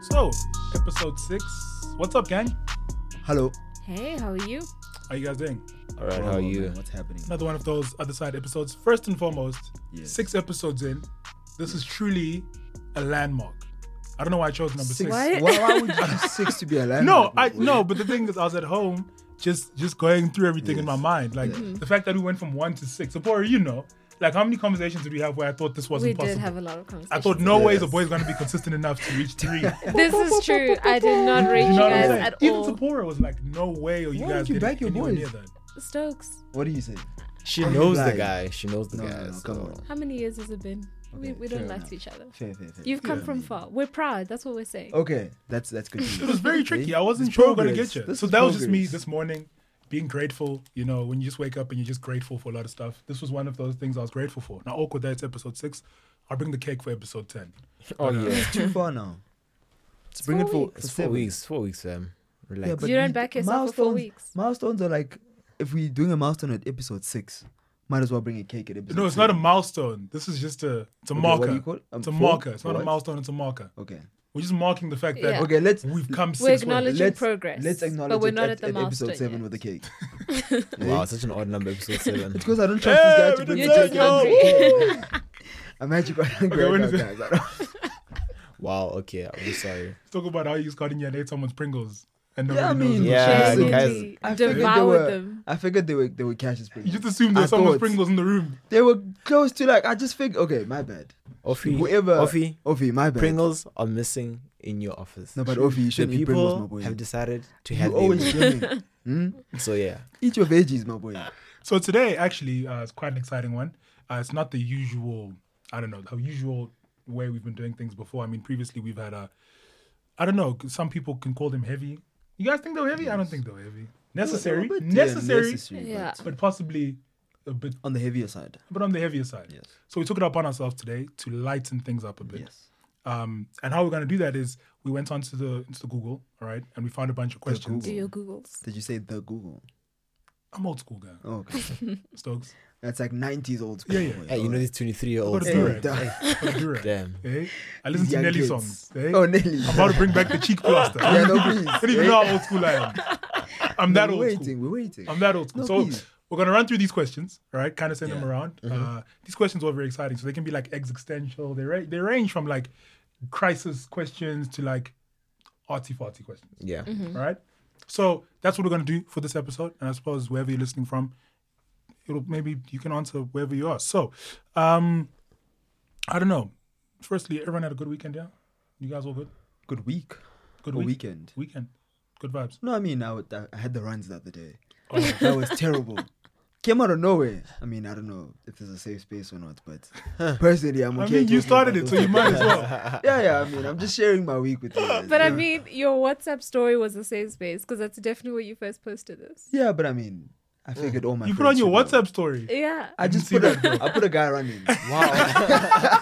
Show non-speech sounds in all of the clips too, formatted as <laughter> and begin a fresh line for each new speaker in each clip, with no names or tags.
So, episode six. What's up, gang?
Hello.
Hey, how are you?
How you guys doing?
All right, how are you?
What's happening?
Another one of those other side episodes. First and foremost,
Yes.
six episodes in. This is truly a landmark. I don't know why I chose number six.
What?
Why, why would you use six to be <laughs> alive?
No, I no, but the thing is I was at home just just going through everything in my mind. Like the fact that we went from one to six. So Bora, you know, like how many conversations did we have where I thought this was
We
impossible?
did have a lot of conversations.
I thought no way is a
Yes.
boy is gonna be consistent enough to reach
<laughs>
three.
This is true. I did not rate you
You know what I'm
guys
saying?
at
Even
all.
Sephora was like, no way, or you guys
Why don't you
didn't
back your
anywhere
boys?
near that.
Stokes,
What do you say?
She
Are you
knows the
blind?
guy. She knows the
No,
guy.
no, no,
so-
come on.
how many years has it been? we
Okay,
we don't
fair
lie
enough.
to each other.
Fair, fair, fair.
You've come from far. We're proud. That's what we're saying.
Okay, that's that's good.
<laughs> It was very tricky. I wasn't
It's
sure we're gonna
progress.
get you.
This
so
is
that was just me
progress.
this morning, being grateful. You know, when you just wake up and you're just grateful for a lot of stuff. This was one of those things I was grateful for. Now, awkward that it's episode six. I'll bring the cake for episode ten.
Oh yeah.
It's too far now.
Let's bring it
four
for
weeks.
it's
It's
four
seven.
weeks. Four weeks, Sam. Relax.
but
You don't
we-
back yourself for four
milestones-
weeks.
Milestones are like if we're doing a milestone at episode six, might as well bring a cake at episode.
No, it's
seven.
not a milestone. This is just a it's a
Okay,
marker.
what do you call it? Um,
it's a
four?
marker. It's not a
What?
milestone. It's a marker.
Okay.
We're just marking the fact that
Yeah.
Okay. Let's
we've come
we're
six. ways.
acknowledging
let's-
progress.
let's acknowledge
but we're
it
not
at,
at, the
at
milestone
episode seven
yet.
with a
<laughs>
cake.
wow, such an odd number. Episode seven.
<laughs> It's because I don't trust
Hey,
this guy
we
to bring
did
a
it,
cake.
yo!
and
<laughs>
bring
<laughs>
cake. I'm actually quite hungry
Okay, when
right now,
is it?
guys. I don't-
wow. Okay, I'm sorry.
Let's talk about how you got in here and ate someone's Pringles and
Yeah,
nobody
I mean,
knows.
Yeah,
Jesus.
the guys-
Genuinely
I figured they
devoured
were-
them.
I figured they were they were cash as
You just
Pringles.
assume
I
there's someone's
thought-
Pringles in the room.
They were close to like I just figured. Okay, my bad.
Offie,
Whoever.
Offie,
Offie, my bad.
Pringles are missing in your office.
No, but Offie, you
the
shouldn't eat Pringles, my
people
boy.
have decided to have
you
them.
<laughs>
always dreaming. Hmm?
So yeah,
Eat your veggies, my boy.
So today, actually, uh, it's quite an exciting one. Uh, it's not the usual, I don't know, the usual way we've been doing things before. I mean, previously we've had a, I don't know, some people can call them heavy. You guys think they were heavy? I don't think they were heavy. Necessary,
But- yeah,
necessary,
necessary,
Yeah.
but
but possibly a bit,
On the heavier side.
but on the heavier side.
Yes.
So we took it upon ourselves today to lighten things up a bit.
Yes.
Um, and how we're going to do that is we went onto the into Google, all right, and we found a bunch of questions.
Do your Googles.
Did you say the Google?
I'm old school guy,
Oh, okay.
<laughs>
<laughs>
Stokes.
That's like 90s old school.
Yeah, yeah.
boy.
hey, you know these 23 year olds.
What a
Hey, <laughs>
durag.
da-
What a durag.
Damn.
Eh? I listen to
young
Nelly
kids.
songs. eh?
Oh, Nelly.
I'm about to bring back the cheek plaster.
Yeah, no,
<laughs> I
please.
don't even know how old school I am. I'm that
We're
old
waiting.
school.
We're waiting.
I'm that old school.
No,
so
please. Mm-hmm.
we're gonna run through these questions, right? Kind of send them
Yeah.
around. Uh, these questions are very exciting. So they can be like existential. They ra- they range from like crisis questions to like arty farty questions.
Yeah.
Mm-hmm.
All right. So that's what we're gonna do for this episode. And I suppose wherever you're listening from, it'll maybe you can answer wherever you are. So, um, I don't know. Firstly, everyone had a good weekend, yeah. You guys all good?
Good week.
Good
or
week?
weekend.
Weekend. Good vibes.
No, I mean, I, would- I I had the runs the other day.
Oh,
That was terrible. Came out of nowhere. I mean, I don't know if there's a safe space or not, but personally, I'm
I
okay.
mean, you
talking
started
about
it, so
those
you might as
things.
well.
Yeah, yeah. I mean, I'm just sharing my week with you. guys.
But I
Yeah.
mean, your WhatsApp story was a safe space because that's definitely where you first posted this.
Yeah, but I mean, I figured all my.
You put
friends
on your
should know.
WhatsApp story.
Yeah.
I just
see
put
that,
a, <laughs> I put a guy running.
Wow.
<laughs>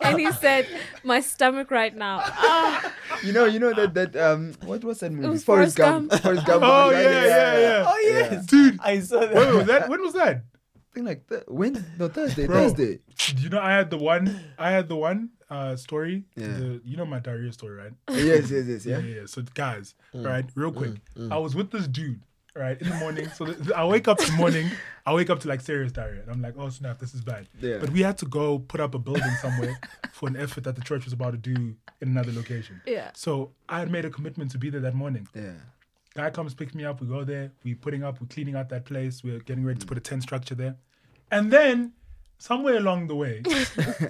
And he said, My stomach right now. Ah,
<laughs> You know, you know that that um, what was that movie?
was Forrest Gump.
Forrest Gump.
Oh
Right?
yeah, yeah, yeah.
oh yes.
Dude,
I saw that.
wait, was that when was that?
I think like th- when? No, Thursday.
Bro.
Thursday.
You know, I had the one, I had the one uh story.
Yeah.
The, you know my diarrhea story, right?
Yes, yes,
<laughs>
yes. Yeah.
yeah, yeah. So guys, right, real quick, I was with this dude, right, in the morning. So th- I wake up in the morning, I wake up to like serious diarrhea, and I'm like, oh snap, this is bad.
Yeah.
But we had to go put up a building somewhere for an effort that the church was about to do in another location.
<laughs> Yeah.
So I had made a commitment to be there that morning.
Yeah.
Guy comes, picks me up. We go there. We're putting up. We're cleaning out that place. We're getting ready to put a tent structure there. And then somewhere along the
<laughs>
way,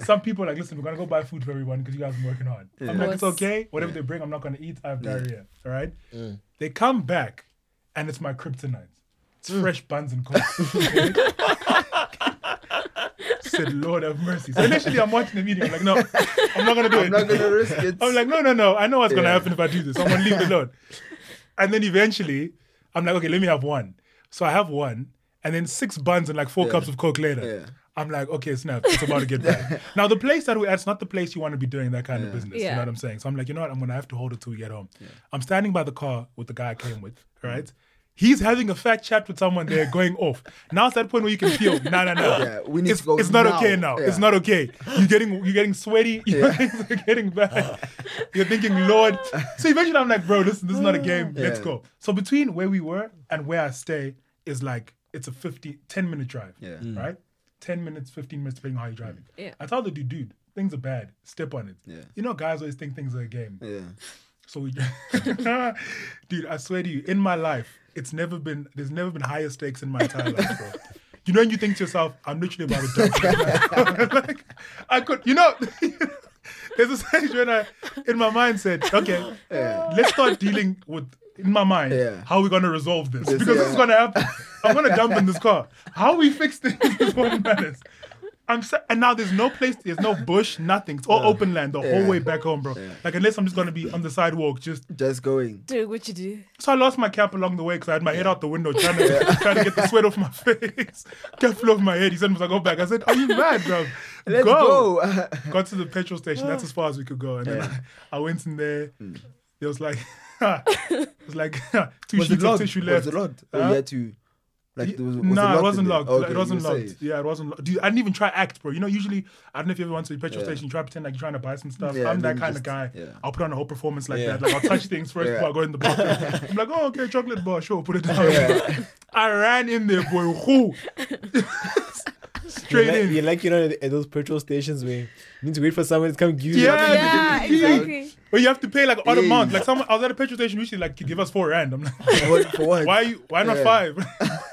some people are like, listen, we're gonna go buy food for everyone because you guys been working hard. I'm like, it's
What's-
okay. Whatever they bring, I'm not gonna eat. I have diarrhea. All right.
Mm.
They come back, and it's my kryptonite. It's
Mm.
fresh buns
<laughs>
and coke. Said Lord have mercy. So initially, I'm watching the video. I'm like, no, I'm not gonna do it.
I'm not gonna risk it.
I'm like, no, no, no. I know what's gonna
Yeah.
happen if I do this. I'm gonna leave
<laughs>
it alone. And then eventually, I'm like, okay, let me have one. So I have one, and then six buns and like four cups of coke later.
Yeah.
I'm like, okay, snap, it's about to get
<laughs>
bad. now the place that we're at, it's not the place you want to be doing that kind of business. You
Yeah.
know what I'm saying? So I'm like, you know what? I'm gonna have to hold it till we get home. I'm standing by the car with the guy I came with. Right? He's having a fat chat with someone. They're going off. Now it's that point where you can feel, no, no, no.
<laughs> Yeah, we need
it's,
to go
It's not
now.
okay now. It's
Yeah.
not okay. You're getting you're getting sweaty. <laughs> You're getting bad. <laughs> You're thinking, Lord. So eventually, I'm like, bro, this this is not a game. Let's
Yeah.
go. So between where we were and where I stay is like it's a 50, 10 minute drive.
Yeah.
Right. Ten minutes, fifteen minutes, depending on how you're driving.
Yeah.
I tell the dude, dude, things are bad. Step on it.
Yeah.
You know, guys always think things are a game.
Yeah.
So we, <laughs> dude, I swear to you, in my life, it's never been there's never been higher stakes in my entire life, bro. You know, when you think to yourself, I'm literally about to die. <laughs> like, I could, you know, <laughs> there's a stage when I, in my mind, said, okay, let's start dealing with. In my mind,
Yeah.
how are we gonna resolve this?
This-
because this
yeah.
is gonna happen. I'm
<laughs>
gonna jump in this car. How we fix this is what matters. I'm sa- and now there's no place, there's no bush, nothing. It's all open land the whole
Yeah.
way back home, bro. Like unless I'm just gonna be on the sidewalk, just
Just going.
Do what you do.
so I lost my cap along the way because I had my head out the window trying to, trying to get the sweat off my <laughs> face. Cap flew off my head. He said, "Must I go back?" I said, "Are you mad, bro?
Let's <laughs> go.
Got to the petrol station. That's as far as we could go. And then I, I went in there.
Hmm.
It was like, <laughs> it was like <laughs> two
was
sheets
it
of
locked?
tissue
Was
left.
it locked?
Huh?
Or you had to. Oh, Like, was, was
nah, it
locked
wasn't
in there?
locked.
Okay,
it wasn't
you were
locked.
safe.
Yeah, it wasn't locked. Dude, I didn't even try act, bro. You know, usually I don't know if you ever went to the petrol station, you try to pretend like you're trying to buy some stuff.
Yeah,
I'm
and
that
then
kind of
just-
guy.
<laughs> yeah.
I'll put on a whole performance like
Yeah.
that. Like I'll touch things first
Yeah.
before I go in the box.
<laughs>
I'm like, oh okay, chocolate bar, sure, put it down. <laughs> I ran in there, boy. Whoo.
<laughs>
You're
Straight
like,
in.
you're like, you know, at those petrol stations where you need to wait for someone to come give you.
Yeah,
something.
Yeah,
dude.
exactly.
But you have to pay like odd
Yeah.
amount. Like someone I was at a petrol station usually like give us four rand. I'm like,
What- for what?
why you, why not
Yeah. <laughs>
five?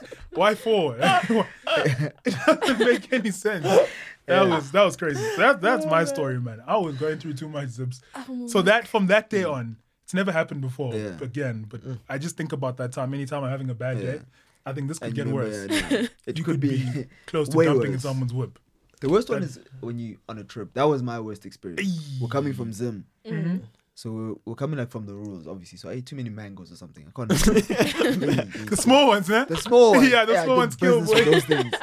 <laughs> why four? <laughs> it doesn't make any sense. That was that was crazy. So That that's my story, man. I was going through too much zips. So that from that day on, it's never happened before
Mm. Yeah. Mm.
again. But I just think about that time. Anytime I'm having a bad
Yeah.
day, I think this could
And
get
remember,
worse.
yeah, yeah.
<laughs>
It
You
could be
close to
way
dumping in
worse.
someone's whip.
<laughs>
<laughs>
The worst one is when you on a trip. That was my worst experience. We're coming from Zim. So we're, we're coming like from the rules, obviously. So I ate too many mangoes or
<laughs>
something. I can't. <laughs>
The
the
small <laughs> ones, eh?
the small ones.
Yeah, the
I
small
did
ones kill,
business with
boy. <laughs>
those things.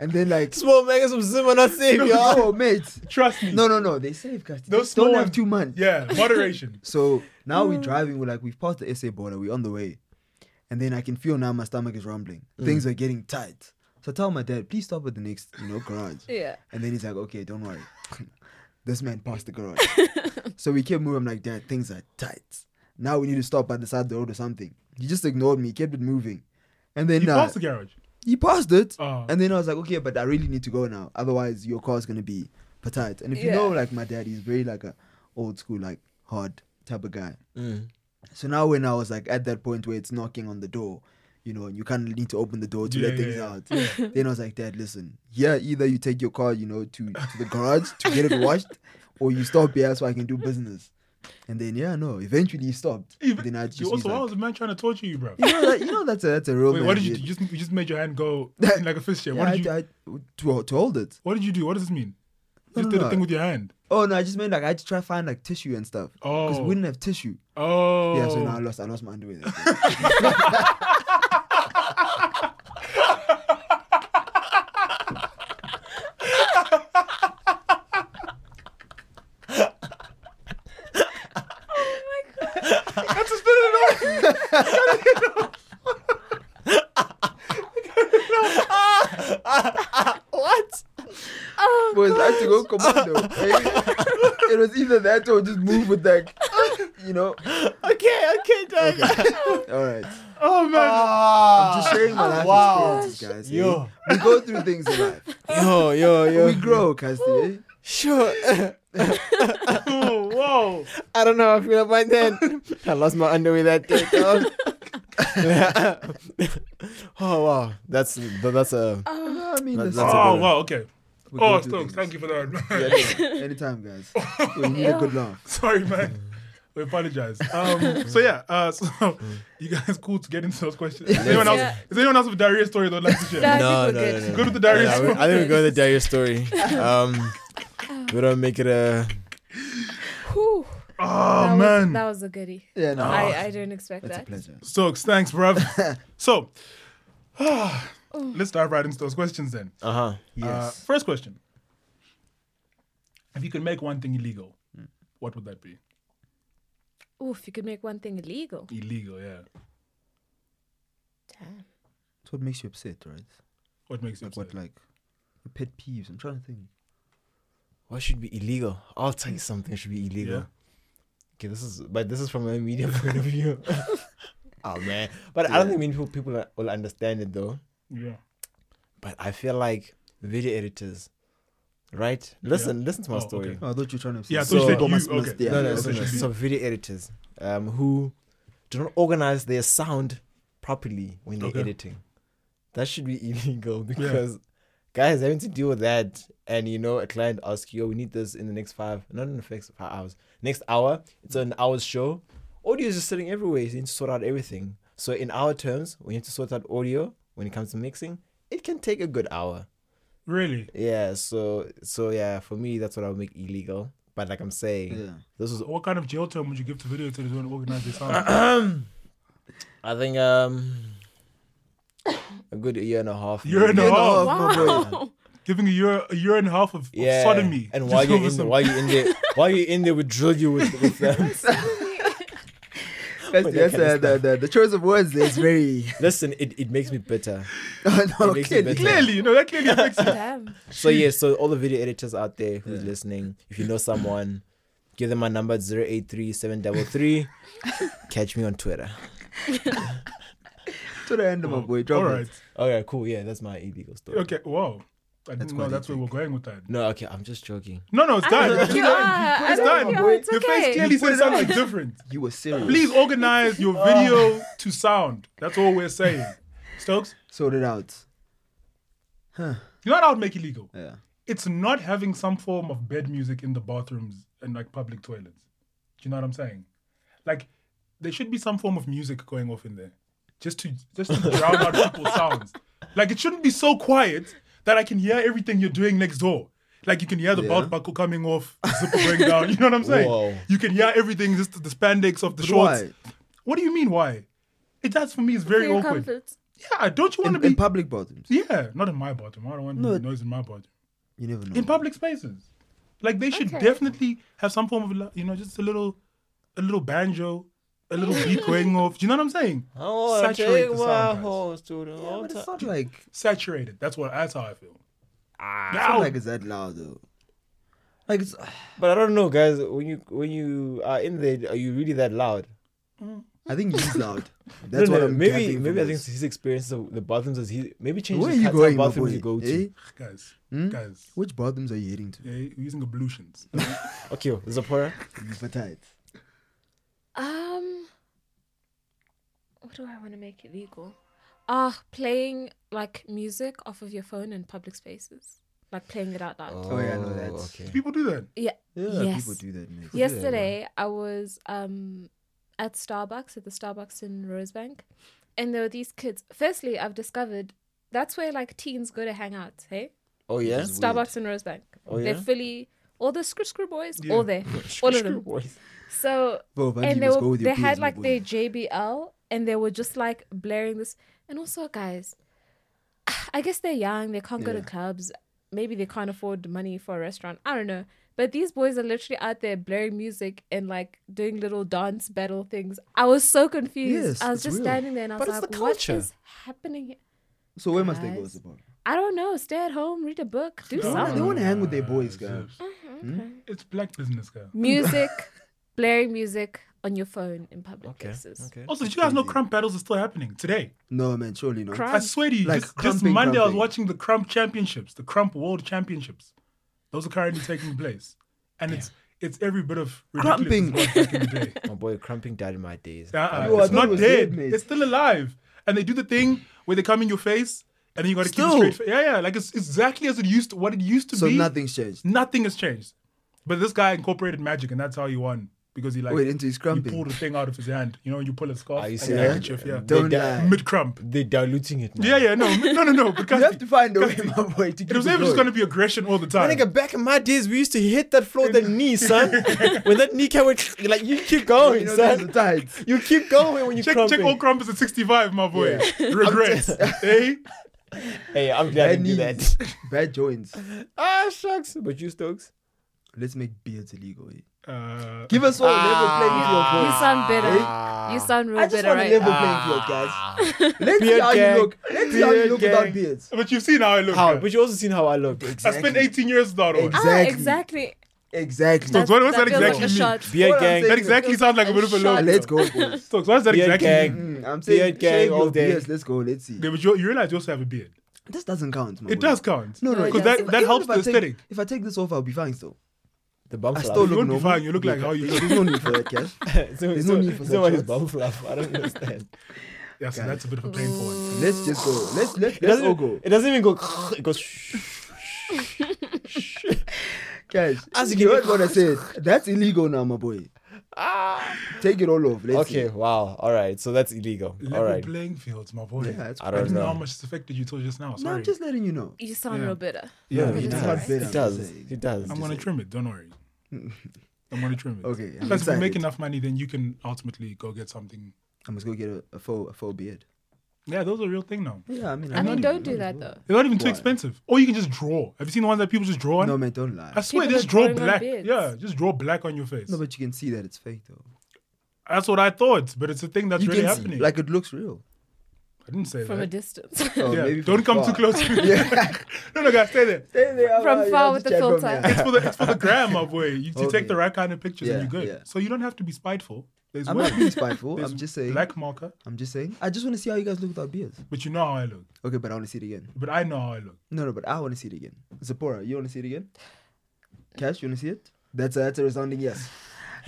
And then like,
Small megas from Zim are not
<laughs>
safe, y'all.
oh mate,
Trust me.
no, no, no, they save guys.
Those
Don't
small
have
ones-
too much.
Yeah, moderation.
<laughs> So now we're driving. We're like, we've passed the SA border. We're on the way, and then I can feel now my stomach is rumbling. Things are getting tight. So I tell my dad, please stop at the next, you know, garage.
Yeah.
And then he's like, okay, don't worry. <laughs> this man passed the garage. so we kept moving. I'm like, Dad, things are tight. Now we need to stop at the side of the road or something. He just ignored me, kept it moving. And then
You
uh,
passed the garage.
he passed it.
Oh.
And then I was like, okay, but I really need to go now. Otherwise, your car's going to be tight. And if you
Yeah.
know, like, my dad, he's very like a old school, like, hard type of guy.
Mm.
So now when I was like at that point where it's knocking on the door, you know, and you kind of need to open the door to
Yeah,
let
yeah,
things
yeah.
out. <laughs> Then I was like, Dad, listen, yeah, either you take your car, you know, to, to the garage to get it washed,
<laughs>
or you stop here so I can do business. And then yeah, no, eventually he stopped.
Even-
then I
you
just
also, why
was
was the man trying to torture you, bro?
like, you know, that, you know that's a that's a real.
Wait,
man
what did you
did.
do? You just, you just made your hand go in like a fish here.
Yeah,
What did you?
I, I- to, to hold it.
What did you do? What does this mean? You
No,
just
no,
did a
no.
thing with your hand.
Oh no, I just meant like I had to try to find like tissue and stuff. Because
Oh.
we didn't have tissue.
Oh.
Yeah, so now I lost I lost
<laughs>
my underwear. there.
That's a spin it off.
<laughs> What?
Oh,
was
God.
had to go commando. eh? it was either that or just move with like, you know.
Okay, okay, dog. <laughs>
All right,
Oh man.
Ah.
I'm just sharing my life
wow.
experiences, guys. eh?
Yo.
we go through things in life.
Yo, yo, yo.
We grow, Casti. Eh?
Sure. <laughs>
Oh, whoa.
I don't know how I feel about that. I lost my underwear that day,
<laughs>
dog. <laughs> oh wow, that's that's a
No, I mean,
That's-
listen,
a
oh
good one.
wow. Okay.
we go
Oh,
through
Stokes,
things.
thank you for that. <laughs> man.
Yeah, no,
<laughs>
anytime, guys. We need a good laugh.
Sorry, man. We apologize. Um, so yeah, uh, <laughs> so you guys cool to get into those questions. Is anyone else?
Yeah.
Is anyone else with diarrhea story they'd like to share?
No. I think
no,
we're
no,
good.
no, no.
Go to the diarrhea
Yeah, we-
story.
I think we go to the diarrhea
<laughs>
story. Um, we don't make it a.
Whew.
Oh
that
man.
Was, that was a goodie.
Yeah,
Oh,
no,
I, I don't expect
it's a
that.
pleasure.
Stokes, thanks, bruv. so, <sighs>
Oh.
let's dive right into those questions then.
Uh
Uh-huh.
huh.
Uh,
Yes.
first question. If you could make one thing illegal, what would that be?
Ooh, if you could make one thing illegal.
Illegal, yeah.
It's what makes you upset, right?
What makes you
Like what,
upset?
like your pet peeves? I'm trying to think.
What should be illegal? I'll tell you something should be illegal.
Yeah.
Okay, this is but this is from a media <laughs> point of view.
<laughs>
oh man, but I don't think many people people will understand it though.
Yeah.
But I feel like video editors, right? Listen, listen to my
Oh,
story.
okay.
Oh, I thought you were trying to upset.
Yeah, I
So-
thought you said
people
you-
must-
okay.
must- yeah.
No, no,
that's
so,
what it
<laughs>
should
so video editors um, who do not organize their sound properly when they're
Okay.
editing. That should be <laughs> illegal because guys having to deal with that, and you know, a client asks you, "We need this in the next five, not in the next five hours, next hour." It's an hour's show. Audio is just sitting everywhere. You need to sort out everything. So in our terms, we need to sort out audio when it comes to mixing. It can take a good hour.
Really?
Yeah. So so yeah, for me, that's what I would make illegal. But like I'm saying,
Yeah.
this was
What kind of jail term would you give to video editors who don't organize their <laughs> sound?
I think um a good year and a half.
Year and a
maybe.
half. Oh,
my boy.
Wow. <laughs>
Giving a year, a year and a half of, of
Yeah.
sodomy.
And
just
while you're
over
in
some-
while you in there while you're in there we drill you with, with uh, them.
That's,
With
that's,
that kind
uh,
of
the, the, the choice of words there is very.
<laughs>
<laughs>
Listen, it, it makes me bitter.
no,
It makes
clearly.
it better.
Clearly, <laughs> you know, that clearly <laughs> affects it.
Damn.
So yeah, so all the video editors out there who's listening, if you know someone, give them my
<laughs>
number 083733. Catch me on Twitter.
To the end of my boy. Drop
All
it.
right.
Okay, cool. Yeah, that's my illegal story.
Okay, wow. I
That's
didn't
what
know
they
that's where we're
think.
going with that.
No, okay, I'm just joking.
No, no, it's
I
done.
don't
It's
think you
done.
are.
It's
I don't
done.
think you are. It's
Your face
okay.
clearly
You put
says
it on.
something different.
You were serious.
Please organize <laughs> your video to sound. That's all we're saying. Stokes,
Sort it out. Huh.
you know what I would make illegal?
Yeah.
It's not having some form of bed music in the bathrooms and like public toilets. Do you know what I'm saying? Like, there should be some form of music going off in there, just to just
<laughs>
to drown out people's sounds. Like, it shouldn't be so quiet that I can hear everything you're doing next door. Like, you can hear the
Yeah.
belt buckle coming off, zipper going down. You know what I'm saying?
Whoa.
You can hear everything, just the spandex of the
But
shorts.
why?
What do you mean? Why? It that's for me is very
For your
awkward.
comfort.
Yeah, don't you want
In,
to be?
in public bathrooms.
yeah, not in my bottom. I don't want
No.
noise in my bottom.
You never know.
In public spaces, like they should
Okay.
definitely have some form of li- you know just a little, a little banjo, a little beat going off. Do you know what I'm saying?
Oh,
Saturate the
take
sound,
my
guys.
horse to the
Yeah, but
altar.
it's not like it's
Saturated. That's what. That's how I feel.
not
Ow.
like it's that loud though. Like it's
But I don't know, guys. When you when you are in there, are you really that loud?
I think he's
<laughs>
loud.
No,
That's
no,
what I'm
maybe
gathering
maybe
from
I think
this.
his experience of the bathrooms is he maybe change
Where are
the
you
type
going,
of
my
bathrooms
boy?
you go
Eh?
to.
Guys,
Hmm?
guys,
Which bathrooms are you heading to?
yeah, we're using ablutions.
Eh?
Okay, Zapora.
For tight.
Um, what do I want to make illegal? Ah, playing like music off of your phone in public spaces, like playing it out loud.
Oh, yeah, no, that's-
okay.
People do that.
Yeah.
Yeah,
Yes.
people do that, man.
Yeah. that,
Yesterday, I was um at Starbucks at the Starbucks in Rosebank, and there were these kids. Firstly, I've discovered that's where like teens go to hang out. Hey,
Oh yeah.
It's
Starbucks in Rosebank.
Oh,
They're
yeah?
fully all the screw screw boys,
Yeah.
all
<laughs>
there, all of them. So
Bro, Vandy,
and they
must go
were
with your
they had
peers, my
like
boy.
their JBL and they were just like blaring this. And also, guys, <sighs> I guess they're young. They can't go to
Yeah.
clubs. Maybe they can't afford money for a restaurant. I don't know. But these boys are literally out there blaring music and like doing little dance battle things. I was so confused.
Yes,
I was
it's
just
real.
standing there and I was
But it's
like,
the
"What
culture."
is happening?" here?
So where must they go?
Guys.
Is the problem?
I don't know. Stay at home, read a book, do
No,
wanna-
something.
they wanna hang with their boys, Hmm?
Guys,
guys.
It's black business, guy.
Music, blaring music on your phone in public
Okay.
places.
Okay.
Also, did you guys know crump battles are still happening today?
No, man, surely not.
Crime.
I swear to you,
Like
just, just
crumping,
Monday I was
crumping.
watching the Crump Championships, the Crump World Championships. Those are currently taking place, and it's it's every bit of ridiculous as
Crumping.
it was back in the day.
<laughs>
My boy, crumping died in my days.
Uh-uh,
Yo, I
it's
thought
not
it was
dead.
dead, mate.
it's still alive, and they do the thing where they come in your face, and then you got to keep a
Still.
straight face. Yeah, yeah, like it's exactly as it used to, what it used to
So
be.
nothing's changed.
nothing has changed. But this guy incorporated magic, and that's how he won because he like
Wait, into his
he
crumping.
pulled the thing out of his hand. You know, when you pull a scarf,
Are you
like a
serious?
handkerchief, yeah,
Don't
They
lie.
die.
mid crump.
They're diluting it. Now.
Yeah, yeah, no, no, no,
<laughs>
no.
You
Because
have to find a way, my boy, to keep
It was never just going to be aggression all the
My
time.
nigga, back in my days, we used to hit that floor with the knee, son. when that knee came, with- like you
<laughs>
keep going,
You know, those are
son.
<laughs>
tights.
You keep going when you
Check,
crumping.
check all crumpets at 65, my boy. Regrets. <laughs> eh?
Hey, I'm glad I
Bad
didn't do <laughs>
knees,
that.
bad joints.
ah, shucks. But you, Stokes?
Let's make beards illegal. eh?
Uh,
Give us all a level
You sound bitter.
Ah.
You sound real
I just
bitter,
want a
right?
level
now.
Ah.
playing field, guys. Let's see
Beard
how
gang.
you look. Let's see how
Beard
you look without
gang.
beards.
but you've seen how I look.
How?
yeah.
But you also seen how I look.
I spent 18 years now. on.
Exactly.
Ah, exactly.
Exactly.
Stop. what does
that
that
feels
exactly
like a
mean?
shot.
Beard
What I'm
gang.
saying-
That exactly sounds like a bit of a
Shot.
low.
Ah, Let's go,
<laughs>
boys.
So, what does that
Beard
exactly
gang.
mean?
Mm, I'm
Beard
saying,
gang
shave
all
your
day.
beards. Let's go. Let's see.
Okay, but you, you realize you also have a beard.
This doesn't count, man.
It does count.
No, no,
No, it
it
Because
does.
that,
But
that
even
helps
if
the
I take-
aesthetic.
If I take this off, I'll be fine still.
The bum
I
flap.
still
You
look
won't be
normal.
fine, you look like how you look.
There's no need for that, Cash.
<laughs> so,
There's
so,
no need for
so
such
why is
shots.
bum flap? I don't
<laughs>
understand.
Yeah, so
Guys.
that's a bit of a pain point.
Let's just go. Let's let's
It
let's all
doesn't,
go.
it doesn't even go. <laughs> It
<laughs>
goes.
Cash.
As you
you
can-
heard what I said. That's illegal now, my boy.
ah.
Take it all off. Let's
<laughs> Okay. Wow. All right. So that's illegal. All
Level
right.
playing fields, my boy.
See. Yeah, it's
I
I
don't
didn't know how
know.
much affected you till just now.
No,
Sorry.
I'm just letting you know.
You sound
Yeah.
real bitter.
Yeah,
No,
it
it
does.
sounds better.
It does. It does.
I'm gonna trim it. Don't
<laughs>
worry. I'm gonna trim it.
Okay, I'm
Plus, if you make
excited.
enough money, then you can ultimately go get something.
I must go get a, a faux a faux beard.
Yeah, those are a real thing now.
Yeah, I mean,
I
not
mean, don't do that though.
They're not even too
Why?
expensive. Or you can just draw. Have you seen the ones that people just draw on?
No, man, don't lie.
I swear,
People
just
are
draw
drawing on
black.
beards.
Yeah, just draw black on your face.
No, but you can see that it's fake though.
That's what I thought, but it's a thing that's
you
really
can
happening.
see, like it looks real.
I didn't say
From a
that.
distance.
Oh,
<laughs> yeah.
maybe
Don't come
from
too
far. <laughs>
close.
Yeah.
<laughs> no, no, guys, stay there.
Stay there,
From
I'll-
far
I'll
with
just
the
check from
filter.
there.
It's for the it's for the gram, my boy. You, you
Okay.
take the right kind of pictures and
Yeah,
you're good.
yeah.
So you don't have to be spiteful. There's
I'm
ways.
not being
<laughs>
spiteful.
There's
I'm just saying.
black marker,
I'm just saying. I just want to see how you guys look without beards.
but you know how I look.
Okay, but I want to see it again.
But I know how I look.
No, no, but I want to see it again. Zipporah, you want to see it again? Cash, you want to see it? That's a, that's a resounding yes.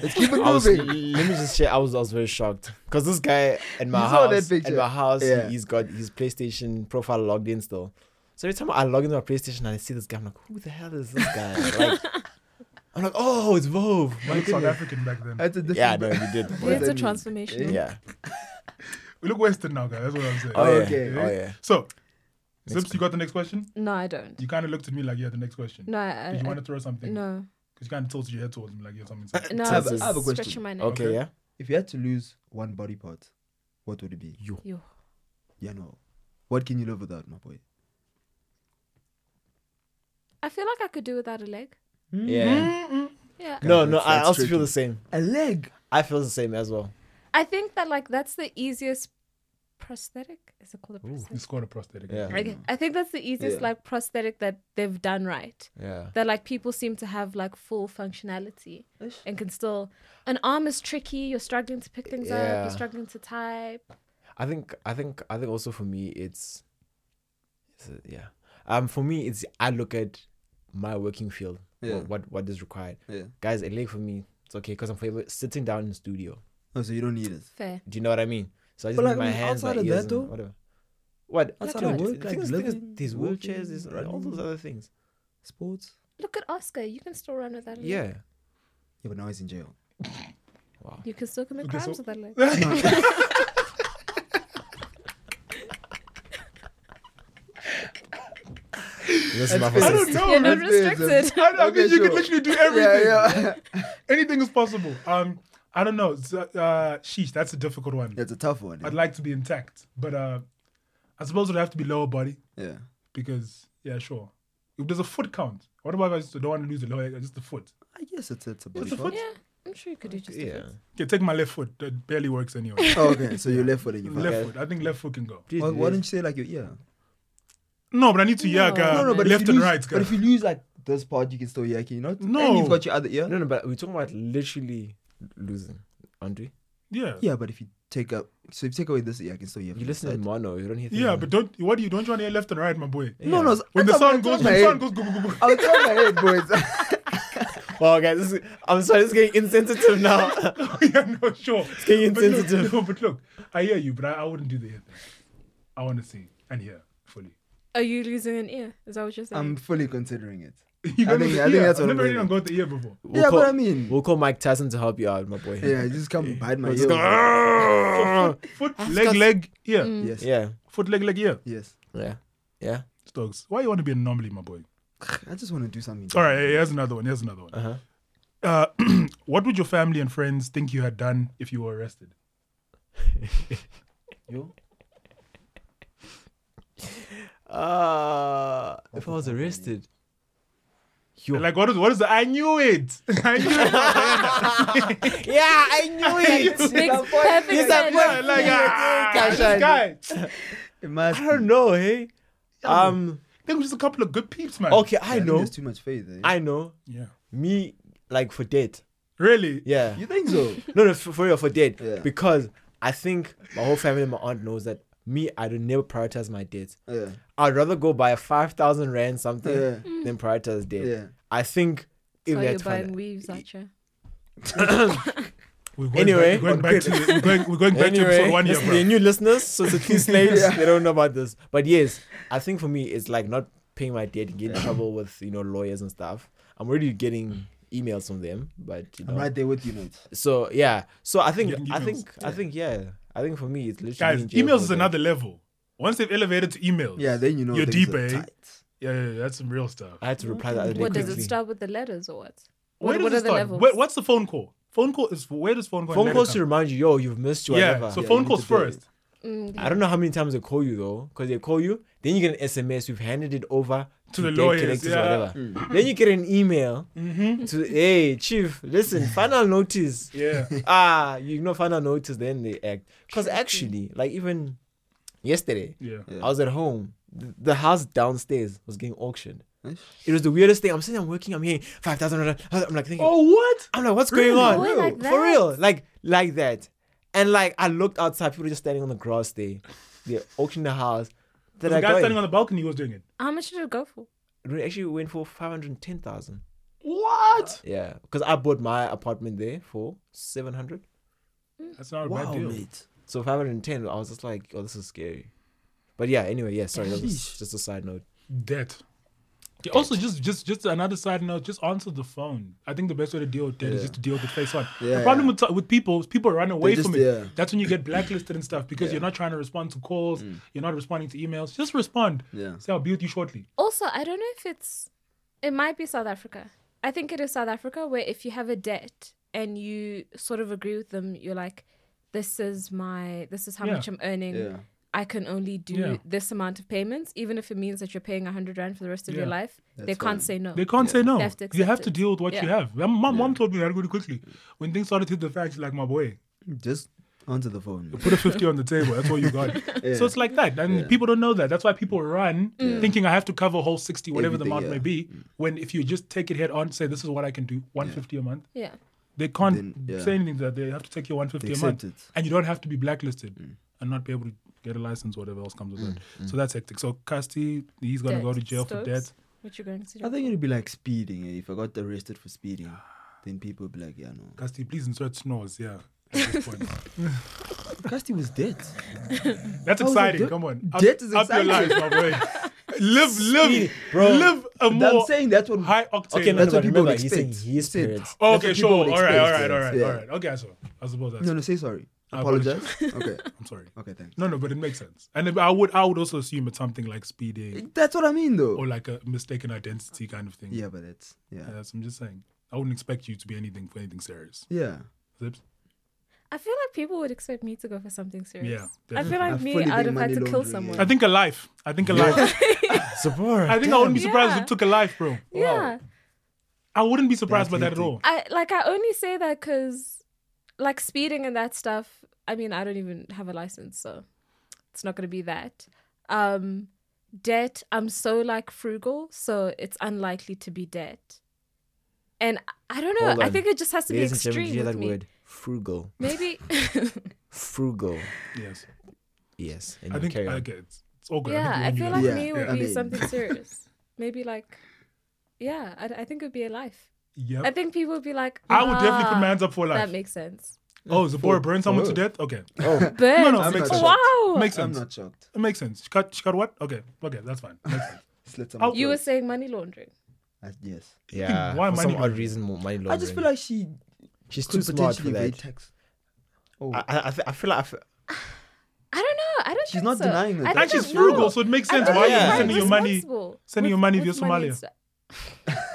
Let's
<laughs>
keep it
I was, let
moving.
me just share. I was I was very shocked because this guy at my
You saw that
house at
picture.
my house
Yeah.
he's got his PlayStation profile logged in still. So every time I log into my PlayStation and I see this guy, I'm like, who the hell is this guy?
<laughs>
Like, I'm like, oh, it's Vove.
I look South African back then.
That's a different.
Yeah, no, he did.
What does
<laughs> It's a
that mean?
transformation.
<laughs>
Yeah.
We look Western now, guys. That's what I'm saying.
Oh, yeah.
Okay.
Oh yeah.
So,
Next
Zips, you got the next question?
No, I don't.
You kind of looked at me like you had the next question.
No, I,
Did you want
I,
to throw something?
no,
Because you kind of tilted your head towards me like you had something. to say.
no.
I
I'm
have a- I
have a question.
stretching my neck.
Okay.
Okay.
Yeah.
If you had to lose one body part, what would it be?
You.
You.
Yeah, no. What can you live without, my boy?
I feel like I could do without a leg.
Hmm?
Yeah.
Yeah.
No,
That's-
no. I
that's
also feel
uh, tricky.
the same.
A leg.
I feel the same as well.
I think that like that's the easiest prosthetic. Is it called a
You
prosthetic?
scored a prosthetic.
Yeah.
Okay. I think that's the easiest
Yeah.
like prosthetic that they've done right.
Yeah.
That like people seem to have like full functionality and can still. An arm is tricky. You're struggling to pick things up.
Yeah.
You're struggling to type.
I think I think I think also for me it's, it's uh, yeah. Um for me it's I look at my working field.
Yeah.
What, what what is required.
Yeah.
Guys, a leg for me, it's okay because I'm forever sitting down in the studio.
Oh, so you don't need it.
Fair.
Do you know what I mean? So I just
But,
need
like, I
my
mean,
hands, my
outside of
ears,
that,
and
though,
whatever. What?
outside
Like
of
what?
work,
The
like
thing is- the thing is
living,
these
walking,
wheelchairs, is all those
running.
other things.
Sports.
Look at Oscar. You can still run without a
<laughs>
leg.
Yeah.
Yeah, but now he's in jail.
Wow.
You can still commit
Okay,
crimes
so-
with
<laughs>
that leg.
This is my
fair.
I
first-
don't know.
<laughs> You're not
that's fair, it's a-
restricted.
I, I
Okay,
mean, you can
sure. <laughs>
literally do everything. <laughs>
yeah.
Anything is possible. Um, I don't know. So, uh, sheesh, that's a difficult one.
That's a tough one. eh?
I'd like to be intact, but uh, I suppose it'd have to be lower body
yeah.
because yeah, sure. If there's a foot count, what about if I just don't want to lose the lower, just the foot?
I guess it's, it's a body
a
part.
foot.
Yeah, I'm sure you could do just
Yeah.
Okay, take my left foot. That barely works
<laughs>
anyway.
Oh, okay, so you're left footed. You
<laughs> left foot. I think left foot can go.
Please,
Why, why
please.
don't you say like your ear?
No, but I need to
No.
yak. Uh,
No, no, but if
left
you
and
lose,
right,
But
guys.
if you lose like this part, you can still hear. Can you not?
No.
And you've got your other ear.
No, no, but we're talking about literally losing, aren't we?
yeah. yeah.
Yeah, but if you take up, so if you take away this ear, I can still hear.
You
from
listen
this side.
in mono, you don't hear
but don't what do you don't you want to hear left and right, my boy?
No, no.
When the
that's
sound
what I'm
goes,
talking
when the sound
about.
goes, go, go, go, <laughs> go.
I was telling my head,
<laughs>
boys.
Wow, Oh, guys, this is, I'm sorry, this is getting insensitive <laughs> now.
yeah, no, sure.
getting
But look,
insensitive.
no, but look, I hear you, but I, I wouldn't do the ear thing. I want to see and hear fully. <laughs>
Are you losing an ear? Is that what you're saying?
I'm fully considering it.
You
I
don't
think-
know the
I think
ear.
that's
I've
what
never
I'm
really
reading.
got the ear before.
We'll
yeah,
call,
but I mean,
we'll call Mike Tyson to help you out, my boy.
yeah, just come bite my
We'll
ear.
just go,
<laughs>
"Arrgh."
Foot, leg, leg, ear.
Yes.
yeah,
Foot, leg, leg, ear.
Yes.
yeah, yeah.
Stokes, why you want to be an anomaly, my boy?
I just want to do something.
All right, here's another one. Here's another one.
Uh huh.
Uh, <clears throat> what would your family and friends think you had done if you were arrested?
You?
Uh, if I was arrested, Yo.
Like what is what is the, I knew it. <laughs> I knew it. <laughs>
yeah, I <laughs> knew it.
Makes perfect
He's a
sense.
yeah, like ah, this guy. I
It must.
I don't know, hey. Um.
think we're just a couple of good peeps, man.
Okay,
I
I
think
know.
There's too much faith. eh?
I know.
Yeah.
Me, like for date.
Really?
Yeah.
You
<laughs>
think so?
No, no, for, for real, for date.
Yeah.
Because I think my whole family and my aunt knows that me, I do never prioritize my dates.
yeah.
I'd rather go buy a five thousand rand something
Yeah.
than prioritize date.
Yeah.
I think if
So
that's
you're
fine.
buying weaves, aren't you?
<coughs>
We're going
Anyway.
back, we're going back to we're going, we're going back to episode one here,
listen, they're
bro.
new listeners, so it's
<laughs>
a few slaves. They don't know about this. But yes, I think for me, it's like not paying my debt, and getting in trouble with you know lawyers and stuff. I'm already getting
Mm.
emails from them, but you know.
I'm right there with you, mate.
So yeah, so I think
Getting
I
emails.
think I think yeah, I think for me it's literally
Guys,
being jailed
emails
for
is
that.
another level. Once they've elevated to emails,
Yeah, then you know
You're
things
deep,
are
eh?
tight.
yeah, yeah, yeah, that's some real stuff.
I had to reply that.
What does it
quickly.
start with the letters or what?
Where
What,
does
what
it
are the
start?
levels?
Where, what's the phone call? Phone call is where does phone call?
Phone
and
calls
letter
to
come?
remind you, yo, you've missed you.
yeah,
whatever.
so
Yeah, you
phone
need
calls
to do it.
first.
Mm,
I don't know how many times they call you though, because they call you, then you get an SMS. We've handed it over
To the
debt
lawyers,
collectors or
yeah. Mm-hmm.
whatever. Then you get an email to hey chief, listen, final
<laughs>
notice.
Yeah,
Ah, you know, final notice. Then they act because actually, like even yesterday,
yeah.
I was at home. The the house downstairs was getting auctioned.
Ish.
It was the weirdest thing. I'm sitting, I'm working, I'm hearing five thousand. I'm like thinking,
Oh what?
I'm like, what's
Really?
going on?
Boy, like
For
that?
real. Like like that. And like I looked outside, people were just standing on the grass there. They auctioned the house. Then
The
I
guy
got
standing
it.
on the balcony was doing it.
How much did it go for?
It actually went for five hundred and ten thousand.
What?
Yeah. Because I bought my apartment there for seven hundred.
That's not a
Wow,
bad deal.
mate.
So five hundred and ten, I was just like, oh, this is scary. But yeah, anyway, yeah, sorry, that was
Sheesh.
just a side note.
Debt. Yeah, also, just just just another side note. Just answer the phone. I think the best way to deal with debt is just to deal with it face on.
Yeah.
The problem with, with people is people run away
just-
from it.
yeah.
That's when you get blacklisted and stuff because you're not trying to respond to calls. You're not responding to emails. Just respond.
Mm. Yeah.
Say I'll be with you shortly.
Also, I don't know if it's. It might be South Africa. I think it is South Africa where if you have a debt and you sort of agree with them, you're like, this is my. This is how
Yeah.
much I'm earning.
Yeah.
I can only do
Yeah.
this amount of payments, even if it means that you're paying 100 Rand for the rest of your
Yeah.
life. they can't
fine.
say no.
They can't say no.
They have to
you
accept
have to
it.
deal with what you
Yeah.
have. My, my mom told me that really quickly. When things started to hit the fan, she's like, my boy,
Just answer the phone. mate.
put a 50 on the table. That's all you
<laughs>
got. <laughs> So it's like that. And people don't know that. That's why people run
Mm.
thinking I have to cover a whole 60, whatever
Everything,
the amount
yeah. Mm.
may be. When if you just take it head on, say, this is what I can do, 150 a month.
Yeah.
They can't
Then, yeah.
say anything to that. They have to take your 150 a
They accept
month.
it. Mm.
And you don't have to be blacklisted and not be able to get a license, whatever else comes with that. So that's hectic. So Casti, he's going to go
Debt.
to jail for
Stokes,
debt.
What you going to do?
I think it'd be like speeding. Eh? If I got arrested for speeding, then people would be like, yeah, no.
Casti, please insert snores. Yeah. at
<laughs>
this point.
Casti was dead.
That's
was
exciting.
like,
Come on.
debt is
Up your life,
exciting.
my
<laughs>
boy. Live, live,
bro.
live a
I'm
more
saying that's what.
high octane.
Okay, no,
That's
no,
what people
but remember,
would
he's saying
expect.
his
Said-
parents.
That's
Oh, okay,
what people
sure.
would
All right, all right,
expect,
all right,
yeah.
all right. Okay, so I suppose that's.
No, no, say sorry.
I
Apologize. okay.
I'm sorry.
Okay, thanks.
No, no, but it makes sense. And if- I would, I would also assume it's something like speeding
That's what I mean, though.
or like a mistaken identity kind of thing.
yeah, but that's. Yeah.
Yeah, that's, I'm just saying. I wouldn't expect you to be anything for anything serious.
yeah.
Zips.
I feel like people would expect me to go for something serious.
Yeah,
I feel
definitely.
like
I
me,
fully
I'd
think
have had
money
to kill
laundering,
someone.
yeah.
I think a life. I think a life.
<laughs>
Sephora.
I think I wouldn't be surprised if
Yeah.
it took a life, bro.
Yeah.
I wouldn't be surprised by
That's
that at all.
I like I only say that because like speeding and that stuff. I mean, I don't even have a license, so it's not gonna be that. Um, debt. I'm so like frugal, so it's unlikely to be debt. And I- I don't know.
Hold
I
on.
think it just has to
Ladies
be
and
extreme.
gentlemen, did you hear
with
that
me.
word? Frugal.
Maybe.
<laughs>
<laughs>
Frugal.
Yes,
Yes.
I
Anyway,
think.
carry on.
I get it's, it's all good.
yeah,
I
I
think we all knew
feel like
that.
Yeah,
me would
yeah. I
be
<laughs>
mean-
something serious. Maybe like, yeah, I, I think it would be a life.
Yep.
I think people would be like,
I would definitely put
"Ah,
my hands up for a
That
life.
makes sense.
Oh, Zipporah burned someone to
Oh.
death? Okay.
Oh,
But
No, no, it makes
I'm not
sense.
shocked.
wow,
Makes
I'm
sense.
not shocked.
It makes sense. She cut, she cut what? Okay. Okay, that's fine. Makes sense.
Slits are
Oh,
not
you were
shocked.
saying money laundering.
I, yes.
yeah.
Why money
for some odd
laundering?
reason, mo- money laundering.
I just feel like she
she's too
could
smart for
potentially evade
that.
tax. Oh,
I, I, I fe- I feel like I feel,
I don't know. I don't.
She's
think
not
so.
denying that.
I
And
don't
she's
know.
frugal, so it makes
I
sense
don't
why
know.
you're
Yeah.
sending your money.
Responsible
sending your
with-
money via
with money and
Somalia.
stuff.